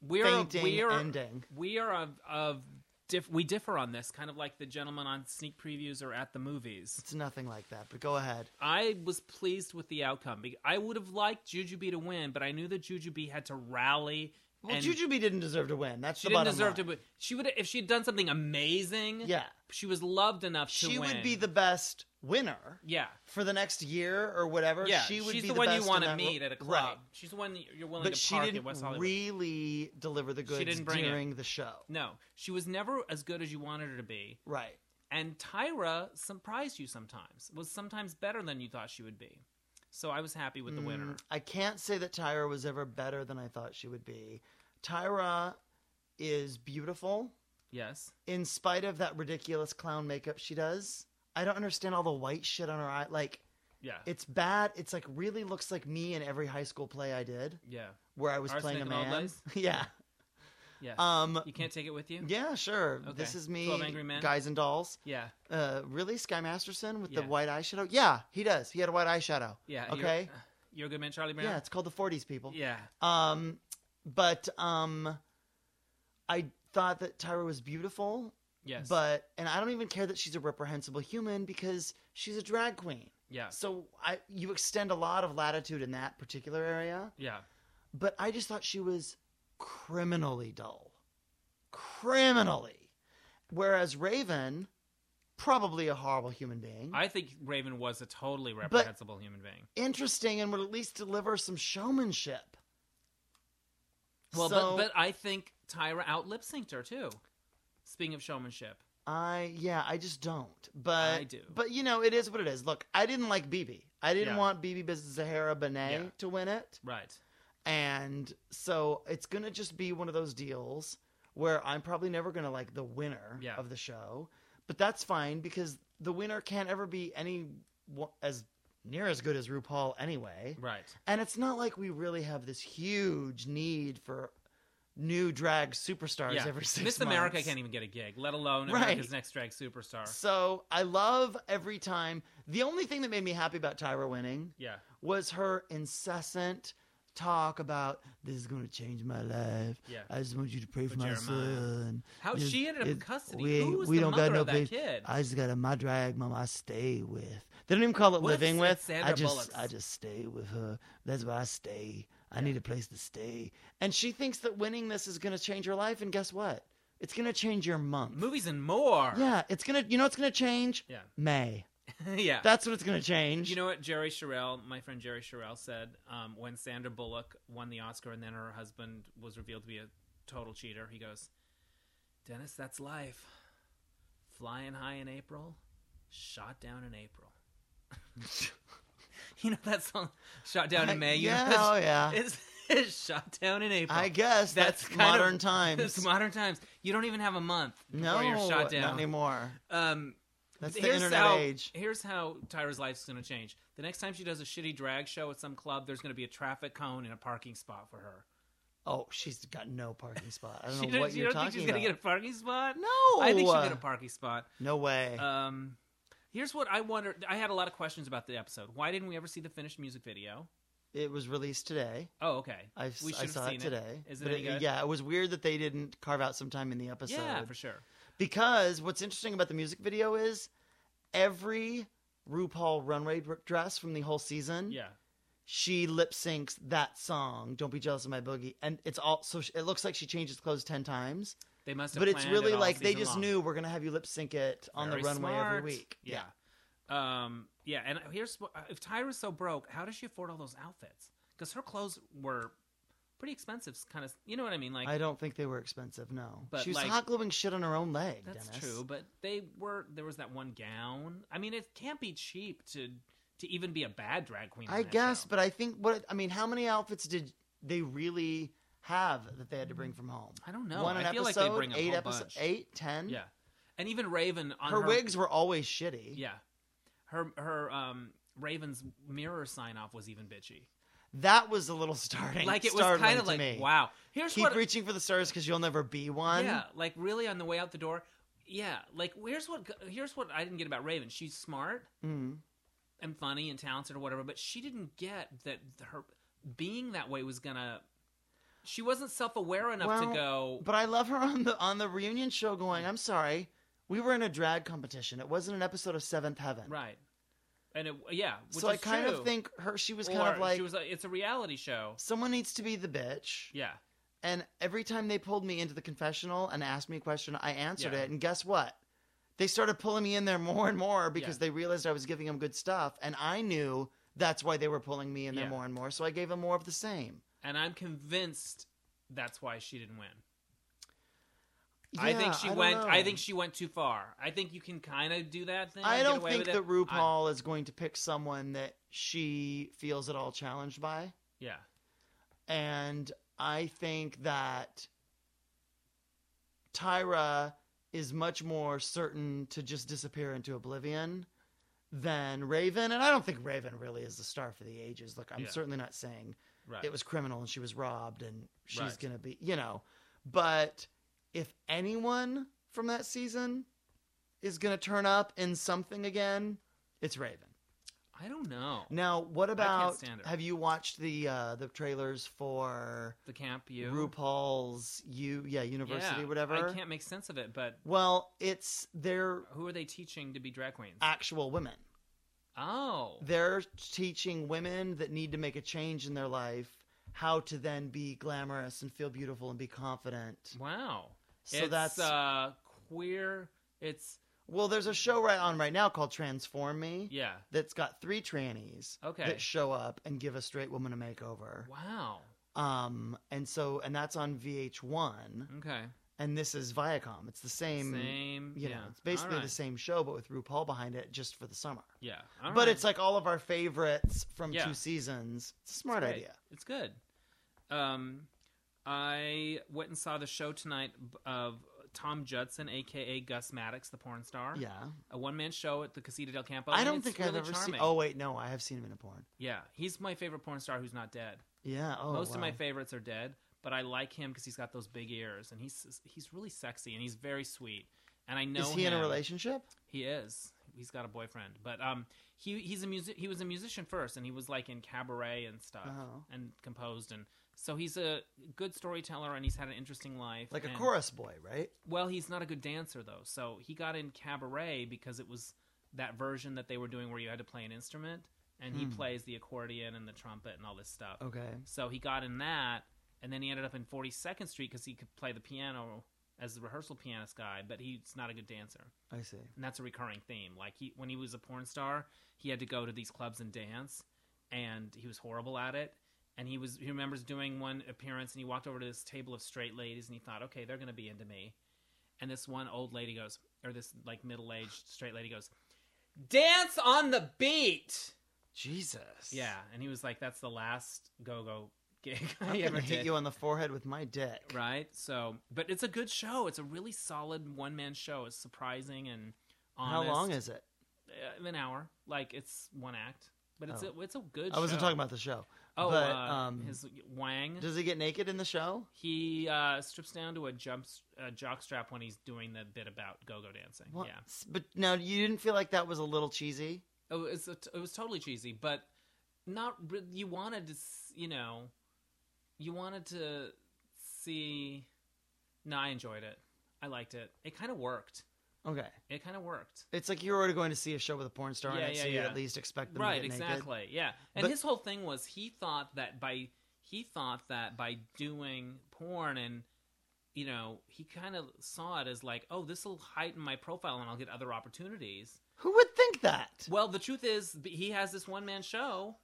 we're
fainting
we're
ending.
we are of of diff- we differ on this, kind of like the gentleman on sneak previews or at the movies.
It's nothing like that, but go ahead.
I was pleased with the outcome. Be- I would have liked Jujubee to win, but I knew that Jujubee had to rally.
Well,
and
Jujubee didn't deserve to win. That's
she
the
didn't
bottom
deserve to,
line.
but she would if she'd done something amazing.
Yeah,
she was loved enough to
she
win.
would be the best winner
yeah.
for the next year or whatever.
Yeah,
she would
she's
be
the, one
best
you
in
want to
that ro-
meet at a club.
Right.
She's the one that you're willing
But
to
she
park at
didn't
West Hollywood.
really deliver the goods
didn't bring it.
during the show.
no, she was never as good as you wanted her to be.
Right.
And Tyra surprised you sometimes. Was sometimes better than you thought she would be. So I was happy with the winner.
Mm, I can't say that Tyra was ever better than I thought she would be. Tyra is beautiful
Yes.
in spite of that ridiculous clown makeup she does. I don't understand all the white shit on her eye. Like,
Yeah.
it's bad. It's like really looks like me in every high school play I did
yeah.
where I was
Arsenic
playing a
in Old
man.
Lace?
yeah.
Yeah.
Um,
you can't take it with you.
yeah, sure.
Okay.
This is me,
12 Angry Men?
guys and dolls.
Yeah.
Uh, really, Sky Masterson with
Yeah.
the white eyeshadow? Yeah, he does. He had a white eyeshadow.
Yeah. you're-
Okay.
You're a good man, Charlie Brown.
Yeah, it's called the '40s, people.
Yeah.
Um, but um, I thought that Tyra was beautiful,
Yes.
but and I don't even care that she's a reprehensible human because she's a drag queen.
yeah.
So I you extend a lot of latitude in that particular area,
Yeah.
but I just thought she was criminally dull, criminally. Whereas Raven, probably a horrible human being,
I think Raven was a totally reprehensible human being.
interesting and would at least deliver some showmanship.
Well,
So-
but, but I think Tyra out lip synced her too. Speaking of showmanship.
I yeah, I just don't. But
I do.
But you know, it is what it is. Look, I didn't like BB. I didn't
Yeah.
want BB Zahara Benet
Yeah.
to win it.
Right.
And so it's gonna just be one of those deals where I'm probably never gonna like the winner
Yeah.
of the show. But that's fine because the winner can't ever be any wo- as near as good as RuPaul anyway.
Right.
And it's not like we really have this huge need for new drag superstars
Yeah.
every six
Miss
months.
America can't even get a gig, let alone
Right.
America's Next Drag Superstar.
So I love every time. The only thing that made me happy about Tyra winning
Yeah.
was her incessant talk about this is going to change my life.
Yeah.
I just want you to pray for,
For
my
Jeremiah.
son.
How
It's-
she ended up in
it's-
custody.
we
Who
ain't-
was
we
the
don't
mother
got no
of that
place-
kid?
I just got a my drag mom I stay with. They don't even call it
What if
living
it's
with.
Sandra
I just
Bullock's?
I just stay with her. That's where I stay. I need a place to stay. And she thinks that winning this is going to change her life. And guess what? It's going to change your month.
Movies and more.
Yeah, it's gonna. You know, it's gonna change.
Yeah.
May.
yeah.
That's what it's gonna change.
you know what Jerry Sherrill, my friend Jerry Sherrill, said um, when Sandra Bullock won the Oscar and then her husband was revealed to be a total cheater. He goes, "Dennis, that's life. Flying high in April, shot down in April." you know that song, "Shot Down
I-
in May." You
yeah,
know that
oh yeah.
It's, it's shot down in April.
I guess
That's
that's,
kind of-
modern times.
It's modern times. You don't even have a month
no,
before you're shot
not
down.
anymore.
Um,
That's the
here's
internet
how,
age.
Here's how Tyra's life's going to change. The next time she does a shitty drag show at some club, there's going to be a traffic cone and a parking spot for her.
Oh, she's got no parking spot. I
She
don't know
don't-
what
you don't think
are talking
she's
about.
to get a Uh, parking spot?
no,
I think she'll get a parking spot.
no way.
Um, here's what I wonder. I had a lot of questions about the episode. Why didn't we ever see the finished music video?
it was released today.
Oh, okay.
I,
We
I
should've
saw
seen it.
it today.
Is it
But
any good?
Yeah, it was weird that they didn't carve out some time in the episode.
Yeah, for sure.
Because what's interesting about the music video is every RuPaul runway dress from the whole season
Yeah,
she lip syncs that song "Don't Be Jealous of My Boogie," and it's all so sh it looks like she changes clothes ten times,
they must have.
but it's
planned it
really
all
like they
season
just
long.
knew we're gonna have you lip sync it on
Very
the runway
smart.
every week.
Yeah. Um, yeah, and here's what- if Tyra's so broke, how does she afford all those outfits? Because her clothes were pretty expensive kind of you know what i mean like
I don't think they were expensive. No,
But,
she was
like-
hot gluing shit on her own leg.
that's
Dennis.
true but they were there was that one gown i mean it can't be cheap to to even be a bad drag queen on
I
that
guess,
show.
but I think what I mean, how many outfits did they really have that they had to bring from home?
i don't know
One an
i feel
episode,
like they bring a
eight
whole
episodes,
bunch.
eight, ten.
yeah and even raven on
her,
her,
wigs were always shitty.
yeah her her um raven's mirror sign off was even bitchy
That was a little starting.
like it was
startling
kind of
to
like
me.
wow here's
Keep
what
reaching for the stars because you'll never be one.
Yeah, like really on the way out the door. Yeah, like here's what here's what I didn't get about Raven. She's smart
Mm.
and funny and talented or whatever, but she didn't get that her being that way was gonna. She wasn't self aware enough
Well,
to go.
But I love her on the on the reunion show. Going, I'm sorry, we were in a drag competition. It wasn't an episode of Seventh Heaven.
right, and it, yeah, which
So I
is
kind
true.
of think her. She was
Or
kind of like
she was. Like, it's a reality show.
someone needs to be the bitch.
Yeah,
And every time they pulled me into the confessional and asked me a question, I answered
Yeah.
it. And guess what? They started pulling me in there more and more because
Yeah.
they realized I was giving them good stuff. And I knew that's why they were pulling me in there
Yeah.
more and more. So I gave them more of the same.
and I'm convinced that's why she didn't win. I think
Yeah,
she
don't
went. I
know.
think she went too far. I think you can kind of do that thing.
I
and get
don't
away
think
with it.
that
I-
RuPaul is going to pick someone that she feels at all challenged by.
yeah,
And I think that Tyra is much more certain to just disappear into oblivion than Raven. And I don't think Raven really is the star for the ages. Look, I'm
Yeah.
certainly not saying
right.
it was criminal and she was robbed and she's
Right.
going to be, you know. But if anyone from that season is going to turn up in something again, it's Raven.
I don't know.
Now, what about
stand her.
have you watched the uh, the trailers for
the camp you
RuPaul's you yeah university
Yeah,
whatever?
I can't make sense of it, but
Well, it's they're
who are they teaching to be drag queens?
actual women.
oh,
They're teaching women that need to make a change in their life how to then be glamorous and feel beautiful and be confident.
wow.
So
it's,
that's
uh, queer. It's
well, there's a show right on right now called Transform Me
yeah.
that's got three trannies
Okay.
that show up and give a straight woman a makeover.
Wow.
Um, and so and that's on VH1.
Okay.
and this is Viacom. It's the same,
Same.
you
yeah.
know, it's basically
All right.
the same show, but with RuPaul behind it just for the summer.
Yeah. All
but
right.
it's like all of our favorites from
Yeah.
two seasons. It's a smart
great.
idea.
It's good. Um, I went and saw the show tonight b- of Tom Judson, aka Gus Maddox, the porn star.
Yeah,
A one man show at the Casita del Campo.
I
and
don't
it's
think I've
really
ever
charming.
seen. Oh wait, no, I have seen him in a porn.
yeah, he's my favorite porn star who's not dead.
Yeah, oh,
Most of my
wow.
favorites are dead, but I like him because he's got those big ears and he's he's really sexy and he's very sweet. And I know
Is he in a
him.
relationship?
He is. He's got a boyfriend, but um, he he's a music. He was a musician first, and he was like in cabaret and stuff,
Uh-huh.
and composed, and so he's a good storyteller, and he's had an interesting life.
Like a
and-
chorus boy, right?
Well, he's not a good dancer though, so he got in cabaret because it was that version that they were doing where you had to play an instrument, and he
Hmm.
plays the accordion and the trumpet and all this stuff.
Okay.
So he got in that, and then he ended up in 42nd Street because he could play the piano as the rehearsal pianist guy, but he's not a good dancer.
I see.
And that's a recurring theme. Like he, when he was a porn star, he had to go to these clubs and dance, and he was horrible at it. And he was he remembers doing one appearance, and he walked over to this table of straight ladies, and he thought, okay, they're going to be into me. And this one old lady goes, or this like middle aged straight lady goes, dance on the beat.
Jesus.
Yeah, and he was like, "That's the last go-go gig
I'm
I
gonna
ever
hit
did."
you on the forehead with my dick.
Right? So, but it's a good show. It's a really solid one-man show. It's surprising and
How
honest.
long is it?
Uh, An hour. Like it's one act, but it's
Oh.
a, it's a good.
I wasn't
show.
talking about the show.
Oh,
but,
uh,
um,
his Wang.
Does he get naked in the show?
He uh, strips down to a jump uh, jock strap when he's doing the bit about go-go dancing.
What?
Yeah.
But now you didn't feel like that was a little cheesy.
It was it was totally cheesy, but not. re- You wanted to, s- you know, you wanted to see. No, I enjoyed it. I liked it. It kind of worked.
Okay.
It kind of worked.
It's like you're already going to see a show with a porn star
Yeah,
in it,
yeah,
so you
yeah.
at least expect them
Right,
to get naked.
exactly. Yeah, and
But-
his whole thing was he thought that by he thought that by doing porn and you know he kind of saw it as like oh this will heighten my profile and I'll get other opportunities.
Who would think that?
Well, the truth is he has this one man show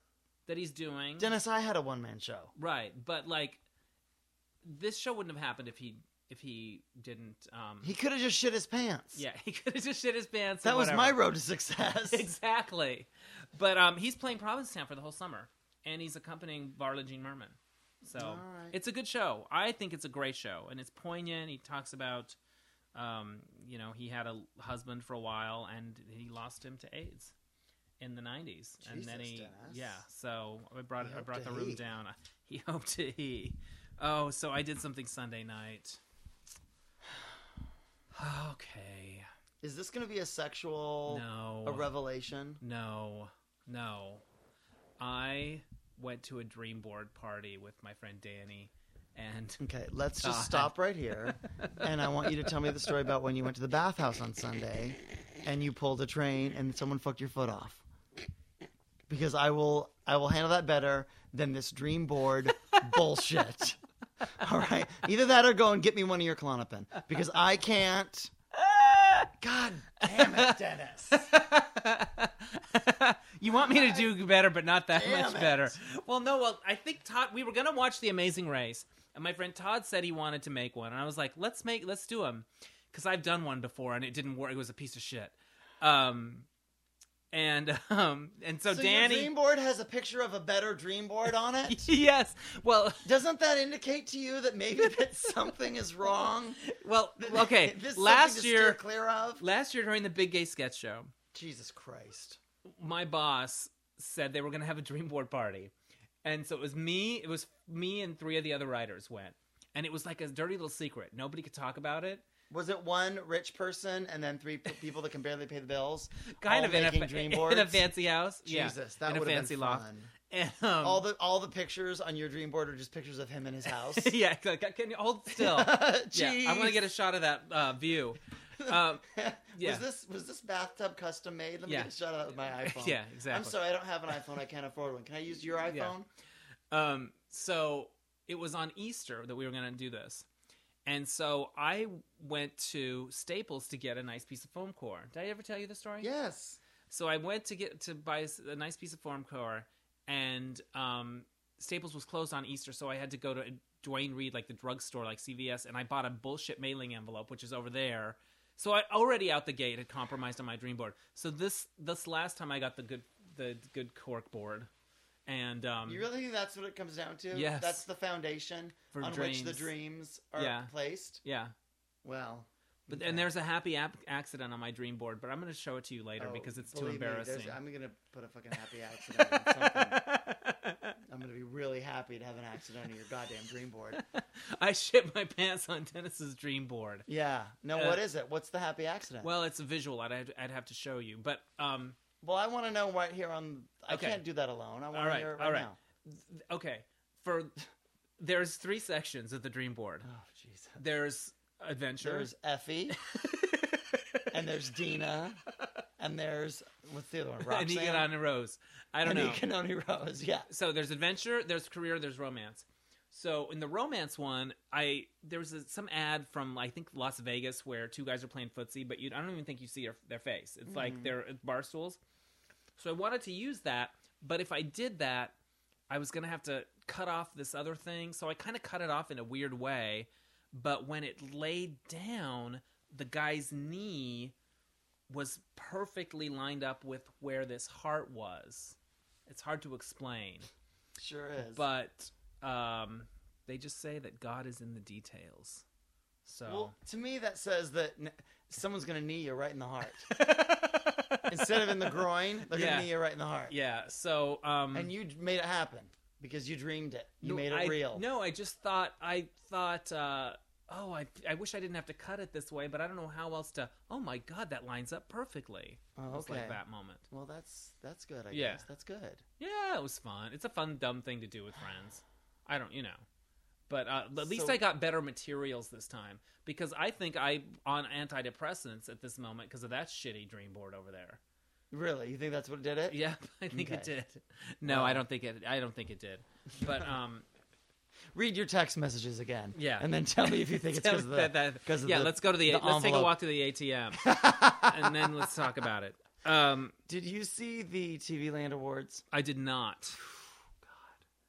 that he's doing.
Dennis, I had a one man show.
Right, but like this show wouldn't have happened if he if he didn't. Um,
He could have just shit his pants.
yeah, he could have just shit his pants. and
That was my
whatever.
road to success.
exactly. But um, he's playing Provincetown for the whole summer, and he's accompanying Varla Jean Merman. So
All right.
it's a good show. I think it's a great show, and it's poignant. He talks about, um, you know, he had a husband for a while, and he lost him to AIDS in the '90s, and then
Jesus,
he,
Dennis.
yeah. So I brought
He
I
hoped
brought
to
the room
he.
down. He hoped to he. Oh, so I did something Sunday night. Okay.
Is this going to be a sexual
No.
Oh, a revelation?
No, no. I went to a dream board party with my friend Danny, and
Okay, let's
God.
just stop right here. and I want you to tell me the story about when you went to the bathhouse on Sunday and you pulled a train and someone fucked your foot off. Because I will I will handle that better than this dream board bullshit. All right. Either that or go and get me one of your Klonopin because I can't. God damn it, Dennis.
you want me to do better, but not that
Damn
much
it.
better. Well, no. Well, I think Todd. We were gonna watch The Amazing Race, and my friend Todd said he wanted to make one, and I was like, "Let's make, let's do them," because I've done one before, and it didn't work. It was a piece of shit. Um, and um, and so,
So
Danny.
your dream board has a picture of a better dream board on it.
yes. Well.
Doesn't that indicate to you that maybe that something is wrong?
Well.
That-
Okay.
this is
Last
something to
year.
steer clear of.
Last year during the Big Gay Sketch Show,
Jesus Christ.
my boss said they were going to have a dream board party. And so it was me, it was me and three of the other writers went. And it was like a dirty little secret. Nobody could talk about it.
Was it one rich person and then three p- people that can barely pay the bills?
Kind
all
of in a,
making
fa-
dream
in a
boards?
fancy house. yeah,
Jesus, that
in a
would have
fancy
been
loft.
fun.
And, um,
All the all the pictures on your dream board are just pictures of him in his house.
yeah, can can you hold still? yeah, I want to get a shot of that uh, view. Um, yeah.
Was this was this bathtub custom made? Let me
Yeah.
get a shot of that with my iPhone.
yeah, exactly.
I'm sorry, I don't have an iPhone. I can't afford one. Can I use your iPhone?
Yeah. Um, so it was on Easter that we were going to do this. And so I went to Staples to get a nice piece of foam core. Did I ever tell you the story?
Yes.
So I went to get to buy s- a nice piece of foam core, and um, Staples was closed on Easter, so I had to go to Dwayne Reed, like the drugstore, like CVS, and I bought a bullshit mailing envelope, which is over there. So I already out the gate had compromised on my dream board. So this this last time I got the good the good cork board, and um,
You really think that's what it comes down to?
Yes.
That's the foundation
For
on which the
dreams.
dreams are
Yeah.
placed.
yeah.
Well,
But
okay.
and there's a happy ap- accident on my dream board, but I'm going to show it to you later
Oh,
because it's too
believe me, there's-
embarrassing.
I'm gonna put a fucking happy accident. on something. I'm gonna be really happy to have an accident on your goddamn dream board.
I shit my pants on Dennis's dream board.
Yeah. No,
Uh,
what is it? What's the happy accident?
Well, it's a visual. I'd have to, I'd have to show you, but um,
well, I want to know right here on. I
Okay.
can't do that alone. I want
All
to
right,
hear it right,
all right.
now.
th- okay. For there's three sections of the dream board.
Oh Jesus.
There's adventures.
There's Effie, and there's Dina, and there's what's the other one?
and you
Roxanne.
get on a rose. I don't know.
And Economy Rose. Yeah.
so there's adventure, there's career, there's romance. So in the romance one, I there was a, some ad from I think Las Vegas where two guys are playing footsie, but you I don't even think you see their, their face. It's like
Mhm.
they're at bar stools. So I wanted to use that, but if I did that, I was gonna have to cut off this other thing. So I kind of cut it off in a weird way. But when it laid down, the guy's knee was perfectly lined up with where this heart was. It's hard to explain
Sure is.
but um, they just say that God is in the details. So
well, to me, that says that n- someone's gonna knee you right in the heart instead of in the groin. They're
Yeah.
gonna knee you right in the heart.
yeah. So um,
And you made it happen because you dreamed it. You
no,
made it
I-
real.
No, I just thought I thought. Uh, Oh, I, I wish I didn't have to cut it this way, but I don't know how else to. Oh my God, that lines up perfectly.
Oh,
It was
okay.
like that moment.
Well, that's that's good. I
Yeah.
guess that's good.
Yeah, it was fun. It's a fun, dumb thing to do with friends. I don't, you know. But uh, at least
So-
I got better materials this time because I think I on antidepressants at this moment because of that shitty dream board over there.
Really, you think that's what did it?
Yeah, I think it
Okay.
did. No, I
Well.
don't think it. I don't think it did. But um,
Read your text messages again.
Yeah.
and then tell me if you think it's because of the.
that- that-
'cause of
yeah.
the-
let's go to the.
the
let's take a
envelope.
walk to the ATM and then let's talk about it. Um,
Did you see the TV Land Awards?
I did not.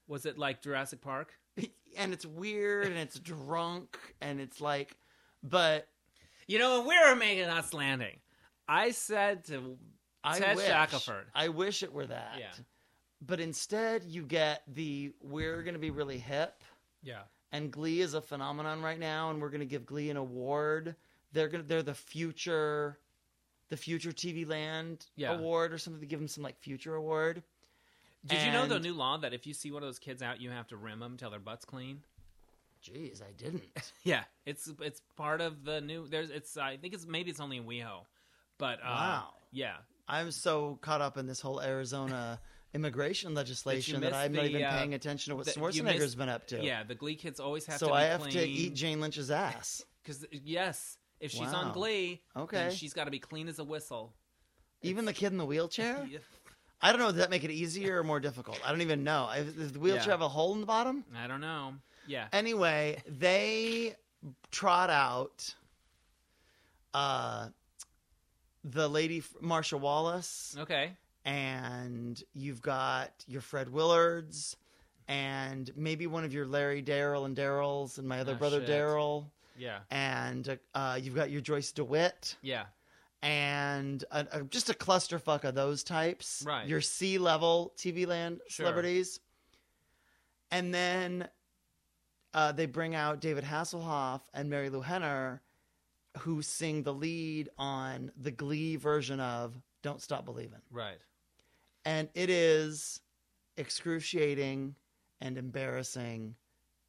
Was it like Jurassic Park?
and it's weird and it's drunk and it's like, but
You know, when we were making us landing, I said to
I
Ted
wish,
Shackelford.
I wish it were that.
Yeah.
But instead, you get the we're going to be really hip,
yeah,
and Glee is a phenomenon right now, and we're going to give Glee an award. They're going to they're the future, the future TV Land
Yeah.
award or something to give them some like future award.
Did you know the
And-
new law that if you see one of those kids out, you have to rim them till their butts clean?
Jeez, I didn't.
Yeah, it's it's part of the new. There's it's I think it's maybe it's only in WeHo, but uh,
Wow.
yeah,
I'm so caught up in this whole Arizona immigration legislation that,
missed
I'm not
the,
even
uh,
paying attention to what
that you
Schwarzenegger's
missed-
been up to.
yeah. The Glee kids always have
so
to. Be
I have
clean.
to eat Jane Lynch's ass.
Because yes, if she's
Wow.
on Glee, then
Okay.
she's got to be clean as a whistle.
Even the kid in the wheelchair?
Yeah.
I don't know. Does that make it easier or more difficult? I don't even know. I- Does the wheelchair
Yeah.
have a hole in the bottom?
I don't know. Yeah,
Anyway, they trot out uh, the lady, f- Marsha Wallace,
okay.
and you've got your Fred Willards, and maybe one of your Larry Darrell and Darrells, and my other
Ah,
brother
shit.
Darrell,
Yeah,
and uh, you've got your Joyce DeWitt.
yeah,
and a, a, just a clusterfuck of those types.
Right.
Your C level TV land
Sure.
celebrities. And then uh, they bring out David Hasselhoff and Mary Lou Henner, who sing the lead on the Glee version of Don't Stop Believin'.
right.
And it is excruciating and embarrassing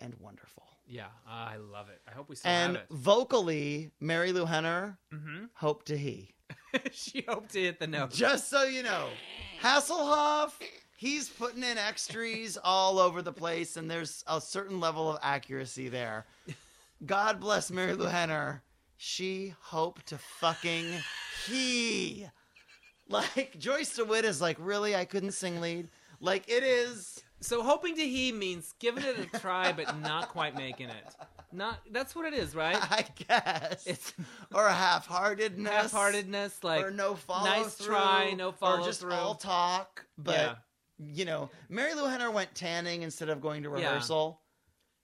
and wonderful.
Yeah, I love it. I hope we still
and
have it.
vocally, Mary Lou Henner,
hmm
hope to he.
she hoped to hit the note.
Just so you know, Hasselhoff, he's putting in extras all over the place, and there's a certain level of accuracy there. God bless Mary Lou Henner. She hoped to fucking he. Like, Joyce DeWitt is like, really? I couldn't sing lead. Like, it is.
So hoping to he means giving it a try but not quite making it. Not that's what it is, right?
I guess.
It's
or half heartedness.
half-heartedness, like
or no follow
nice
through.
try, no
Or just
follow-through.
all talk. But
yeah.
you know, Mary Lou Henner went tanning instead of going to
Yeah.
rehearsal.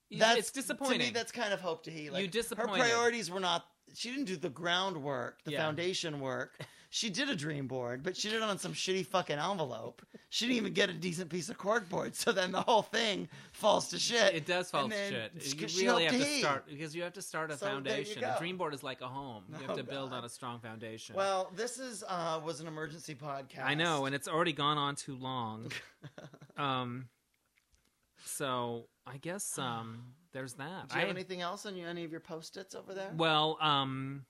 You-
That's
it's disappointing.
To me, that's kind of hope to he. Like,
You disappointed.
Her priorities were not. She didn't do the groundwork, the
Yeah.
foundation work. She did a dream board, but she did it on some shitty fucking envelope. She didn't even get a decent piece of cardboard. So then the whole thing falls to shit.
it does fall
And
to
then
shit.
she-
You
she
really
hoped
have to
he.
start because you have to start a
So there you
foundation. A
go.
dream board is like a home. You have
Oh,
to build
God.
on a strong foundation.
Well, this is uh, was an emergency podcast.
I know, and it's already gone on too long. um, so I guess um, there's that.
do you have
I-
anything else on you, any of your post its over there?
Well, um,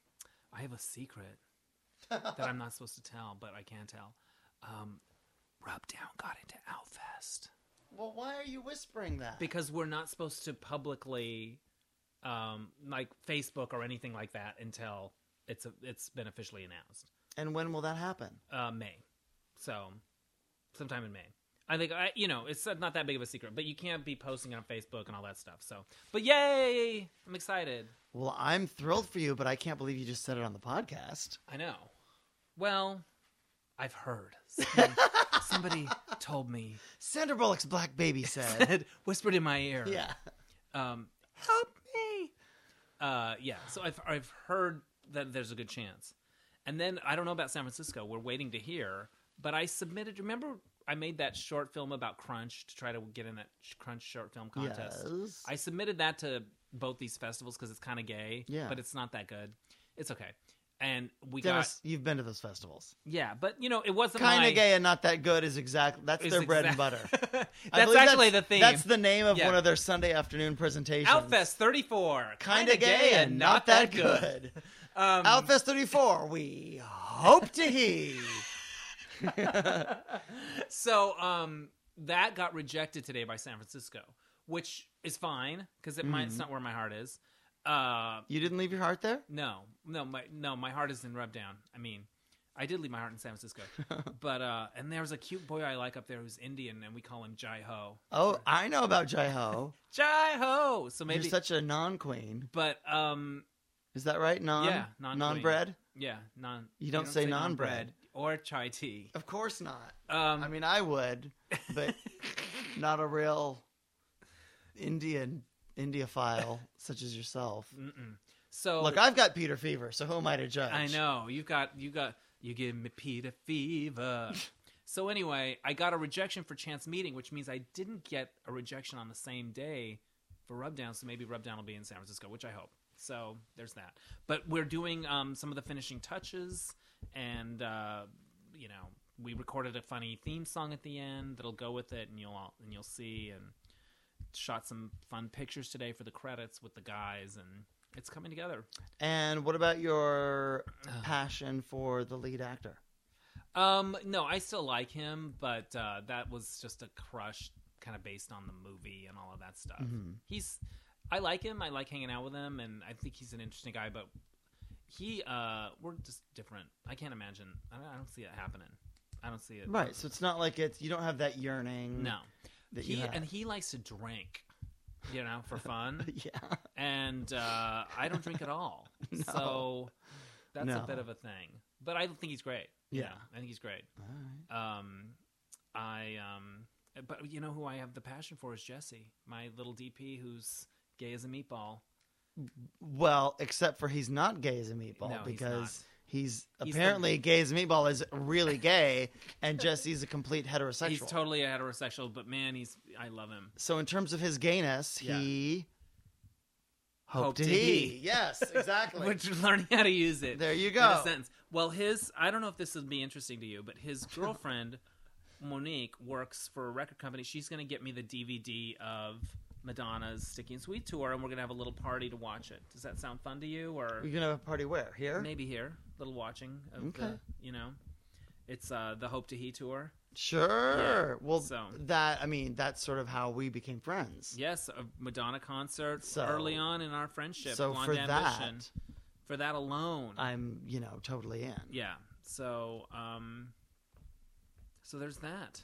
I have a secret that I'm not supposed to tell, but I can tell. Um, Rubdown got into Outfest
Well, why are you whispering that?
because we're not supposed to publicly, um, like Facebook or anything like that until it's a, it's been officially announced,
and when will that happen?
uh, May. So, sometime in May. I think I, you know, it's not that big of a secret, but you can't be posting it on Facebook and all that stuff. So, but yay! I'm excited.
Well, I'm thrilled for you, but I can't believe you just said it on the podcast.
I know. Well, I've heard. Somebody, somebody told me,
Sandra Bullock's black baby said.
said, whispered in my ear,
yeah.
um, help me. Uh, yeah, so I've, I've heard that there's a good chance. And then I don't know about San Francisco. We're waiting to hear. But I submitted, remember I made that short film about Crunch to try to get in that sh- Crunch short film contest?
Yes.
I submitted that to both these festivals because it's kind of gay,
Yeah.
but it's not that good. It's okay. And we got
Dennis, you've been to those festivals.
Yeah, but you know, it wasn't
Kind
my-
of gay and not that good is exactly that's
is
their bread and butter.
exact-
I
that's
believe
actually the theme.
That's the name of
Yeah.
one of their Sunday afternoon presentations.
Outfest 34.
Kind of gay and not that good.
Um,
Outfest 34, we hope to he.
so um, that got rejected today by San Francisco, which is fine because it
Mm-hmm.
might, it's not where my heart is. Uh,
You didn't leave your heart there?
no, no, my no, my heart is in Rubdown. I mean, I did leave my heart in San Francisco, but uh, and there's a cute boy I like up there who's Indian, and we call him Jai Ho.
Oh, I know about Jai Ho.
Jai Ho. So
You're
maybe,
such a non queen.
but um,
Is that right? Non?
Yeah, non-queen.
Non-bread?
yeah, non.
You don't say non-bread.
or chai tea.
Of course not.
Um,
I mean, I would, but not a real Indian India file such as yourself.
Mm-mm. So
Look, I've got Peter fever, so who am I to judge?
I know you got you got you give me Peter fever. so anyway, I got a rejection for chance meeting, which means I didn't get a rejection on the same day for Rubdown. So maybe Rubdown will be in San Francisco, which I hope. So there's that. But we're doing um, some of the finishing touches, and uh, you know we recorded a funny theme song at the end that'll go with it, and you'll all, and you'll see and shot some fun pictures today for the credits with the guys and it's coming together
And what about your
Ugh.
passion for the lead actor?
Um, no, I still like him, but uh, that was just a crush, kind of based on the movie and all of that stuff.
Mhm.
He's, I like him. I like hanging out with him, and I think he's an interesting guy. But he, uh, we're just different. I can't imagine. I don't, I don't see it happening. I don't see it.
Right, so it's not like it's you don't have that yearning.
No,
that
he
you have.
and he likes to drink, you know, for fun,
yeah,
and uh, I don't drink at all.
No.
So that's
No.
a bit of a thing. But I think he's great. you
Yeah.
know, I think he's great.
All right.
Um, I um, but you know who I have the passion for is Jesse, my little DP, who's gay as a meatball.
Well, except for he's not gay as a meatball
No, he's
because he's,
He's the-
apparently gay as a meatball is really gay, and Jesse's a complete heterosexual.
He's totally a heterosexual, but man, he's I love him.
so in terms of his gayness,
Yeah.
he hope,
Hope
to
to
he.
he.
Yes, exactly.
We're just learning how to use it.
there you
In
go.
a sentence. Well, his I don't know if this would be interesting to you, but his girlfriend Monique works for a record company. She's going to get me the DVD of Madonna's Sticky and Sweet tour, and we're going to have a little party to watch it. Does that sound fun to you? Or
We're gonna have a party where here?
maybe here little watching of
Okay.
the you know it's uh the hope to he tour
Sure. Well,
so.
that I mean, that's sort of how we became friends.
yes a madonna concert
So-
early on in our friendship
so
Blonde
for
Ambition,
that,
for that alone
I'm you know totally in.
yeah so um so there's that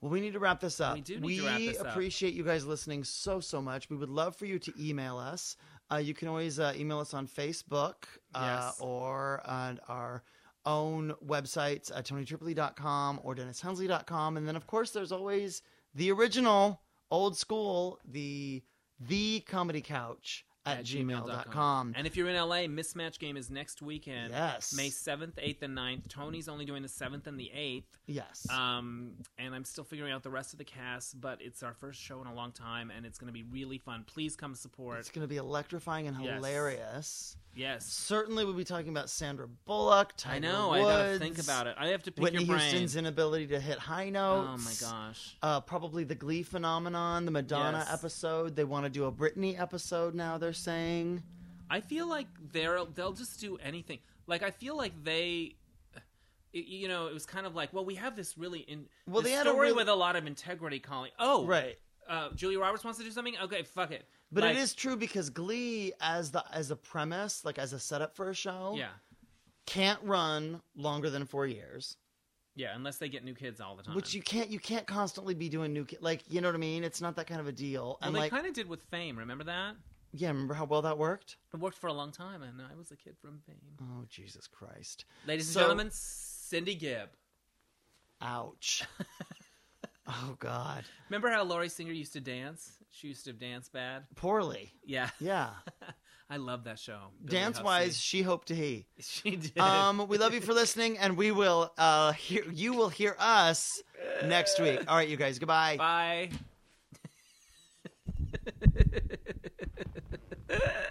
Well, we need to wrap this up.
We do need to wrap this up.
appreciate you guys listening so so much. We would love for you to email us. Uh, you can always uh, email us on Facebook uh,
Yes.
or on our own websites at tonytripoli.com or dennishensley.com. And then, of course, there's always the original, old school, the the comedy couch at, gmail.com.
and if you're in la mismatch game is next weekend
Mm. Yes.
may 7th 8th and 9th tony's only doing the 7th and the 8th
Yes.
Um, and I'm still figuring out the rest of the cast, but it's our first show in a long time, and it's going to be really fun. Please come support.
it's going to be electrifying and
Yes.
hilarious.
yes,
Certainly, we'll be talking about Sandra Bullock. Tiger
I know.
Woods,
I gotta think about it. I have to pick
Whitney
your brain.
Houston's inability to hit high
oh
notes.
my gosh.
Uh, probably the Glee phenomenon, the Madonna
Yes.
episode. They want to do a Britney episode now. They're saying
I feel like they're they'll just do anything. Like I feel like they, it, you know, it was kind of like, well, we have this really in
Well,
this
they had a
story
really-
with a lot of integrity. Calling, oh,
right,
uh, Julia Roberts wants to do something. Okay, fuck it.
but
Like,
it is true because Glee, as the as a premise, like as a setup for a show,
yeah,
can't run longer than four years.
yeah. Unless they get new kids all the time,
Which you can't you can't constantly be doing new ki- like you know what I mean. It's not that kind of a deal.
well,
And
they
like
kind of did with Fame. Remember that?
yeah, remember how well that worked?
It worked for a long time, and I was a kid from Fame.
Oh Jesus Christ!
Ladies
So-
and gentlemen, Cindy Gibb.
Ouch! oh God!
Remember how Laurie Singer used to dance? She used to dance bad.
Poorly.
Yeah,
Yeah.
I love that show. Billy
Dance wise, she hoped to he.
Hussey. she did.
Um, we love you for listening, and we will uh hear you will hear us next week. All right, you guys. Goodbye.
Bye.